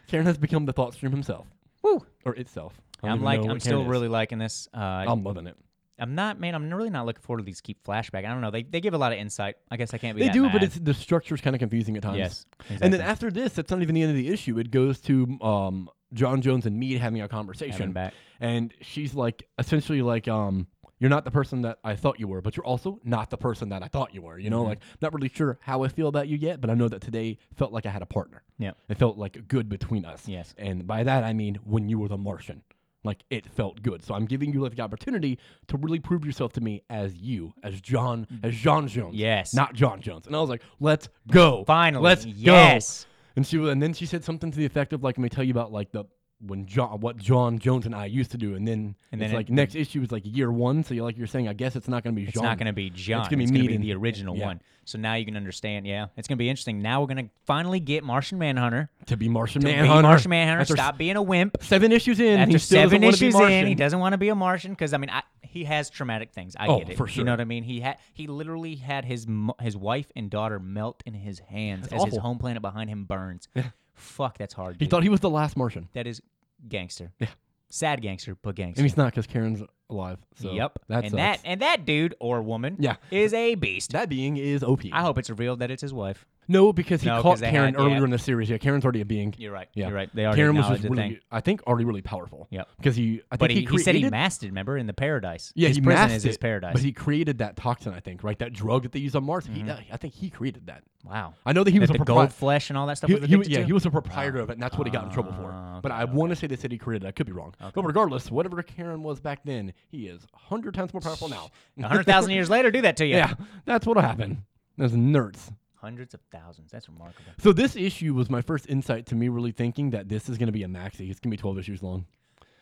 Karen has become the thought stream himself. Woo. Or itself. I don't I'm even like, know I'm what still Karen is. Um, really liking this. Uh, I'm loving it. I'm not, man. I'm really not looking forward to these keep flashback. I don't know. They they give a lot of insight. I guess I can't be. They that do, mad. but it's the structure's kind of confusing at times. Yes, And then exactly. after this, that's not even the end of the issue. It goes to um, John Jones and Mead having a conversation. Having back. And she's like, essentially, like, um, you're not the person that I thought you were, but you're also not the person that I thought you were. You know, Mm-hmm. like, not really sure how I feel about you yet, but I know that today felt like I had a partner. Yep. It felt like good between us. Yes. And by that, I mean when you were the Martian. Like, it felt good. So I'm giving you like the opportunity to really prove yourself to me as you, as John, as John Jones. Mm-hmm. Yes. Not John Jones. And I was like, let's go. Finally, Let's yes. go. And she and then she said something to the effect of like, let me tell you about like the when John what John Jones and I used to do. And then and And then then it- like next issue is like year one. So you're like you're saying, I guess it's not gonna be It's John. not going to be John. It's gonna going be to be, Mead and- the original yeah. one. So now you can understand. Yeah, it's going to be interesting. Now we're going to finally get Martian Manhunter. to be Martian to be Manhunter. Martian Manhunter. After s- stop being a wimp. Seven issues in, he After still doesn't seven wanna be issues in, Martian. he doesn't want to be a Martian because I mean, I, he has traumatic things. I Oh, get it. for You sure. know what I mean? He had he literally had his mo- his wife and daughter melt in his hands as his awful. home planet behind him burns. Fuck, that's hard. He dude. thought he was the last Martian. that is gangster. Yeah. sad gangster, but And gangster. he's not because Karen's alive. So yep. That's and that and that dude or woman Yeah. is a beast. that being is OP. I hope it's revealed that it's his wife. No, because he No, 'cause caught they Karen had- earlier yeah. in the series. Yeah, Karen's already a being. You're right. Yeah, You're right. They already Karen was acknowledged just the really, thing. I think, already really powerful. Yep. because he, I But think he, he, he said created. he mastered, remember, in the paradise. yeah, his he prison masked is his it, paradise. But he created that toxin, I think, right? That drug that they use on Mars. He, I think he created that. wow. I know that he was Mm-hmm. that a the propri- gold flesh and all that stuff. He, was he- addicted yeah, to? Oh. he was a proprietor of it, and that's what he got in trouble for. Ah, but I want to say they said he created. it. I could be wrong. But regardless, whatever Karen was back then, he is hundred times more powerful now. A hundred thousand years later, do that to you. yeah, that's what'll happen. Those nerds. Hundreds of thousands. That's remarkable. So this issue was my first insight to me really thinking that this is going to be a maxi. It's going to be 12 issues long.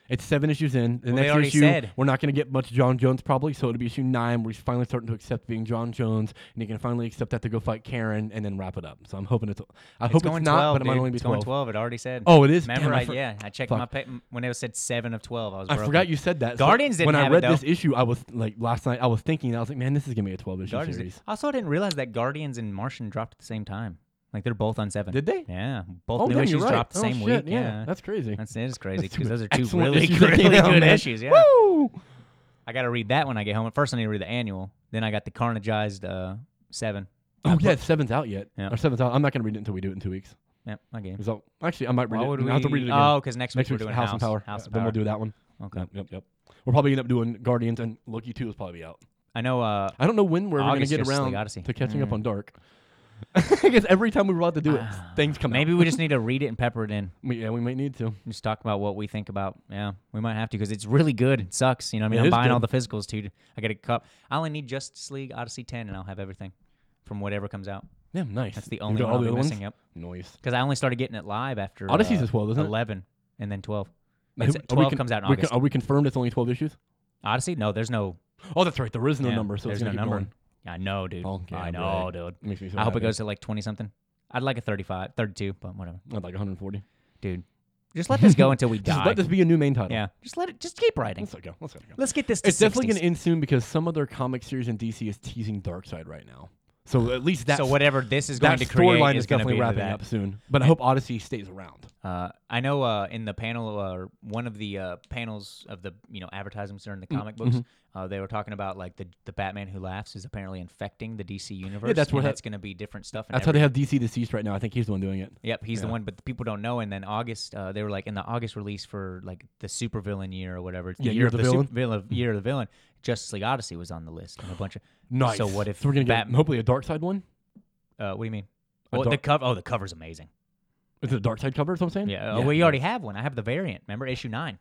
It's seven issues in. The Well, they next already issue, said. we're not going to get much John Jones probably, so it'll be issue nine where he's finally starting to accept being John Jones, and he can finally accept that to go fight Karen and then wrap it up. So I'm hoping it's. I hope it's going not, 12, but it might dude. only be It's going 12. 12. It already said. Oh, it is? Remember, Damn, I I, for- yeah, I checked fuck. my pa- m- when it said seven of twelve. I was. I broken. forgot you said that. So Guardians didn't When I have it, read though. this issue, I was like last night. I was thinking, I was like, man, this is gonna be a twelve issue Guardians. series. did- Also, I didn't realize that Guardians and Martian dropped at the same time. Like they're both on seven. Did they? Yeah, both oh, new damn, issues you're right. dropped the oh, same shit, week. Yeah, that's crazy. That's it is crazy That's two because those are two excellent really, issues that really came out, good man. issues. Yeah, Woo! Oh, I got to read that when I get home. At first, I need to read the annual. Then I got the Carnageized uh, seven. Oh yeah, seven's out yet. Yeah. Or seven's out. I'm not gonna read it until we do it in two weeks. Yeah, my game. So actually, I might read Why it. would I we? have to read it again. Oh, because next, Next week we're week's doing House, and Power. House and then we'll Power. do that one. Okay. Yep, yep, yep. We'll probably end up doing Guardians and Loki two is probably out. I know. Uh, I don't know when we're ever gonna August, get Justice around League Odyssey. Mm. to catching up on Dark. I guess every time we were about to do it, things come Ah, maybe out. we just need to read it and pepper it in. We- yeah, we might need to. Just talk about what we think about. Yeah, we might have to because it's really good. It sucks. You know, what I mean, It I'm is buying all good. the physicals too. I got a cup. I only need Justice League Odyssey 10, and I'll have everything from whatever comes out. Yeah, nice. That's the You only got one all I'll the be other ones? missing, yep. Nice. Because I only started getting it live after Odyssey's uh, as well, isn't it? 11, and then 12. Now, It's- who- are we 12 con- comes out in we con- August. Are we confirmed it's only 12 issues? Odyssey? No, there's no. Oh, that's right. There is no yeah, number, so there's it's no gonna keep number. going. I know, dude. Okay, I I'm know, ready. dude. Makes me so I hope it happy. goes to like 20 something. I'd like a 35, 32, but whatever, Not like 140. dude. Just let this go until we die. Just let this be a new main title. yeah, just let it. Just keep writing. Let's let it go. Let's let it go. Let's get this. To It's definitely 60s. going to end soon because some of their comic series in DC is teasing Darkseid right now. So at least that's, so whatever this is going that to create storyline is, is going to definitely be wrapping that. up soon. But I hope Odyssey stays around. Uh, I know uh, in the panel or one of the uh, panels of the you know advertisements during the Mm, comic books, mm-hmm. uh, they were talking about like the the Batman who laughs is apparently infecting the DC universe. that's and where that- that's going to be different stuff. in That's how every- they have DC deceased right now. I think he's the one doing it. Yep, he's the one, but the people don't know. And then August, uh, they were like in the August release for like the supervillain year or whatever. It's the Yeah, year of the villain. year of the villain. Justice League Odyssey was on the list and a bunch of. Nice. So what if we're gonna get Batman- hopefully a Darkseid one? Uh, what do you mean? A Well, the dark- cover. Oh, the cover's amazing. Is it a Darkseid cover? Is what I'm saying? Yeah. Oh, well, you already have one. I have the variant. Remember issue nine.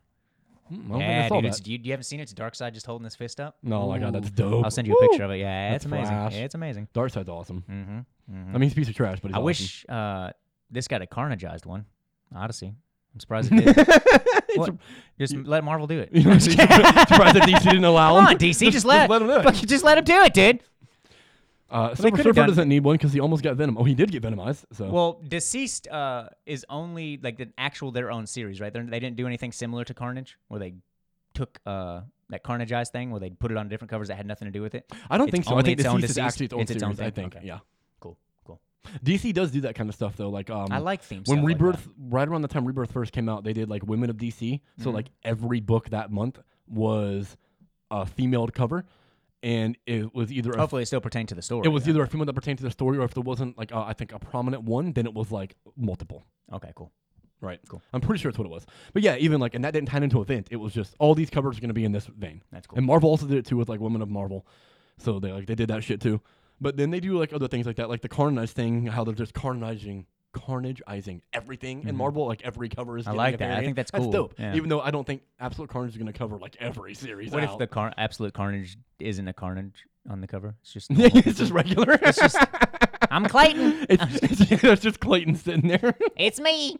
Mm, I don't think I Yeah, saw dude. that. It's, you, you haven't seen it? It's Dark Side just holding his fist up. No, oh my God, Ooh. that's dope. I'll send you a Woo! picture of it. Yeah, That's it's amazing. flash. Yeah, it's amazing. Darkseid's awesome. Mm-hmm. mm-hmm. I mean, he's a piece of trash, but he's I awesome. wish uh, this got a carnageized one. Odyssey. I'm surprised it did. What? Just let Marvel do it. You know, surprised that DC didn't allow Come him. on, DC, just, let, let him do fuck, it. Just let him do it, dude. Uh, they Silver could've Surfer done- doesn't need one because he almost got Venom. Oh, he did get Venomized. So Well, deceased uh, is only like the actual their own series, right? They're, they didn't do anything similar to Carnage, where they took uh, that Carnageized thing, where they put it on different covers that had nothing to do with it. I don't it's think so. I only think its own Deceased is deceased. actually its own It's its series. own I thing. think. Okay. Yeah. Cool, cool. DC does do that kind of stuff though. Like um, I like themes. when stuff like that. Rebirth, right around the time Rebirth first came out, they did like Women of DC. So Mm-hmm. like every book that month was a female cover, and it was either a Hopefully, it still pertained to the story. it was though. either a female that pertained to the story, or if there wasn't like uh, I think a prominent one, then it was like multiple. Okay, cool. Right. Cool. I'm pretty sure that's what it was. But yeah, even like, and that didn't tie into event. It was just all these covers are going to be in this vein. That's cool. And Marvel also did it too with like Women of Marvel. So they like they did that shit too. But then they do like other things like that, like the Carnage thing, how they're just carnaging, carnageizing everything in Marvel. Like every cover is. Mm-hmm. I getting like a that. I variant. think that's cool. dope. Yeah. Even though I don't think Absolute Carnage is going to cover like every series. What if out. the car- absolute carnage isn't a carnage on the cover? It's just Yeah, normal. it's just regular. It's just I'm Clayton. It's, it's, it's just Clayton sitting there, It's me.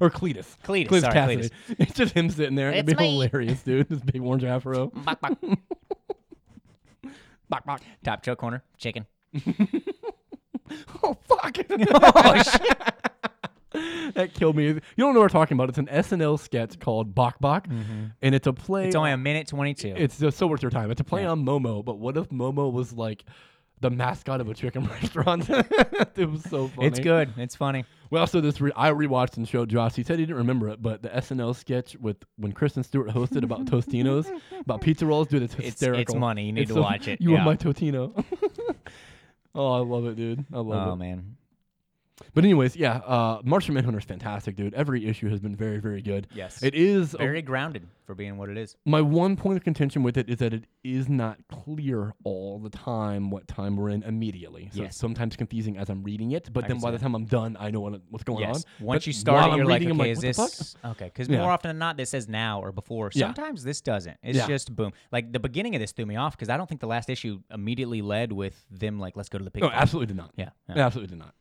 or Cletus. Cletus, Cletus sorry, Cassidy. Cletus. It's just him sitting there. It'd be It's me. hilarious, dude. This big orange afro. Bok, bok. Top choke corner. Chicken. Oh fuck! Oh, that killed me. You don't know what we're talking about. It's an SNL sketch called Bok Bok, and it's a play. Mm-hmm. It's only a minute twenty-two. It's just so worth your time. It's a play on Momo, but what if Momo was like the mascot of a chicken restaurant? it was so funny. It's good. It's funny. Well, also this re- I rewatched and showed Josh. He said he didn't remember it, but the SNL sketch with when Kristen Stewart hosted about Tostinos, about pizza rolls, dude, it's it's hysterical. money. You need to watch it. You Yeah. are my Totino. oh, I love it, dude. I love Oh it. man. But anyways, yeah, uh, Martian Manhunter's fantastic, dude. Every issue has been very, very good. Yes. it is. a- Very grounded for being what it is. my one point of contention with it is that it is not clear all the time what time we're in immediately. So Yes. it's sometimes confusing as I'm reading it, but I then can by see the that. time I'm done, I know what, what's going Yes. on. Once But you start while it, I'm you're like, reading, okay, I'm is what the fuck? this okay? Because Yeah. more often than not, this says now or before. Yeah. Sometimes this doesn't. It's Yeah. just boom. Like the beginning of this threw me off because I don't think the last issue immediately led with them like, let's go to the pig. No, farm. absolutely did not. Yeah. yeah. Absolutely did not.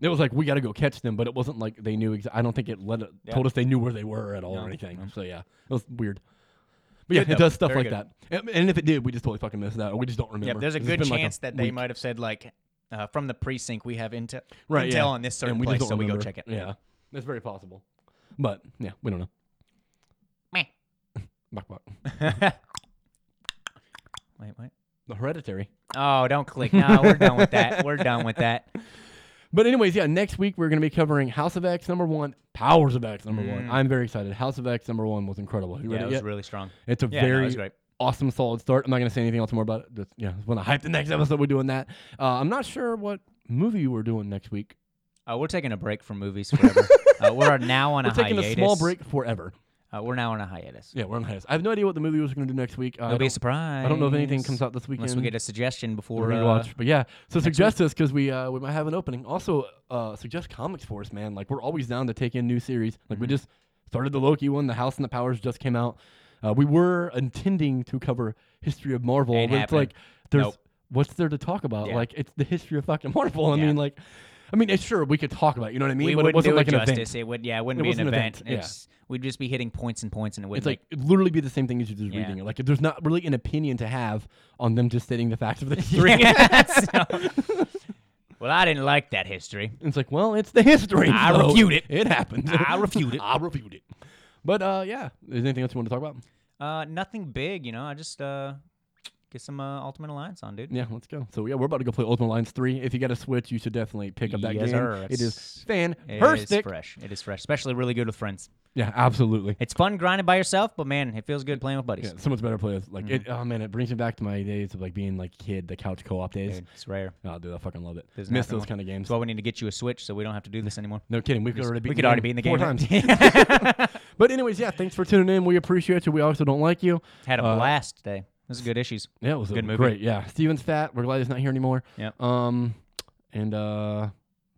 It was like we got to go catch them, but it wasn't like they knew. Exa- I don't think it let it, Yeah. told us they knew where they were at all No, or anything. no. So yeah, it was weird. But yeah, Good, it though. does stuff like Very good. that. And, and if it did, we just totally fucking missed that, or we just don't remember. Yeah, there's a 'Cause it's good been like chance that they week. might have said like uh, from the precinct we have intel Right, intel yeah. on this certain and we place, just so don't we go remember. check it. Yeah, that's very possible. But yeah, we don't know. Meh. Buck, buck. wait, wait. The hereditary. Oh, don't click. No, we're done with that. We're done with that. But anyways, yeah, next week we're going to be covering House of X number one, Powers of X number one. I'm very excited. House of X number one was incredible. Have you read Mm. Yeah, it it was yet? really strong. It's a Yeah, no, it very was great. awesome, solid start. I'm not going to say anything else more about it. Just, yeah, when I hype the next episode, we're doing that. Uh, I'm not sure what movie we're doing next week. Uh, we're taking a break from movies forever. uh, we're now on a We're taking hiatus. a small break forever. Uh, we're now on a hiatus. Yeah, we're on hiatus. I have no idea what the movie was going to do next week. Uh, I It'll be a don't- surprise. I don't know if anything comes out this weekend. Unless we get a suggestion before we uh, watch. But yeah, so suggest us because we uh, we might have an opening. Also, uh, suggest comics for us, man. Like we're always down to take in new series. Like we Mm-hmm. just started the Loki one. The House and the Powers just came out. Uh, we were intending to cover history of Marvel. Ain't but it's happening. like there's Nope. what's there to talk about? Yeah. Like it's the history of fucking Marvel. I Yeah. mean, like, I mean, it's sure we could talk about. It, you know what I mean? we but wouldn't it wasn't do like it an justice. event. It would, yeah, it wouldn't It be an wasn't an event. event, yeah. It's, we'd just be hitting points and points, and it wouldn't. It's like it'd literally be the same thing as you just Yeah. reading it. Like if there's not really an opinion to have on them just stating the facts of the history. make- So- well, I didn't like that history. And It's like, well, it's the history. I so refute it. It happened. I refute it. I refute it. But uh, yeah, is there anything else you want to talk about? Uh, nothing big, you know. I just uh, get some uh, Ultimate Alliance on, dude. Yeah, let's go. So yeah, we're about to go play Ultimate Alliance three. If you got a Switch, you should definitely pick up that Yes, game. sir. It is It's- It is fantastic. fresh. It is fresh, especially really good with friends. Yeah, absolutely. It's fun grinding by yourself, but man, it feels good playing with buddies. Yeah, someone's better play with like Mm-hmm. it. Oh man, it brings me back to my days of like being like kid, the couch co-op days. Dude, it's rare. Oh, dude, I fucking love it. There's Miss nothing those like- kind of games. That's why we need to get you a Switch so we don't have to do this anymore. No kidding. We could already be. we could already be in the game. four times. but anyways, yeah. Thanks for tuning in. We appreciate you. We also don't like you. Had a Uh, blast today. This is good issues. Yeah, it was Good a movie. Great, yeah. Steven's fat. We're glad he's not here anymore. Yep. Um, and uh,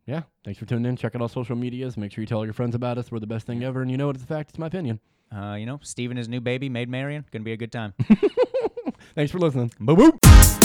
yeah, thanks for tuning in. Check out all social medias. Make sure you tell all your friends about us. We're the best thing ever, and you know what? It's a fact. It's my opinion. Uh, you know, Steve and his new baby, Maid Marian. Gonna be a good time. Thanks for listening. Boo boo.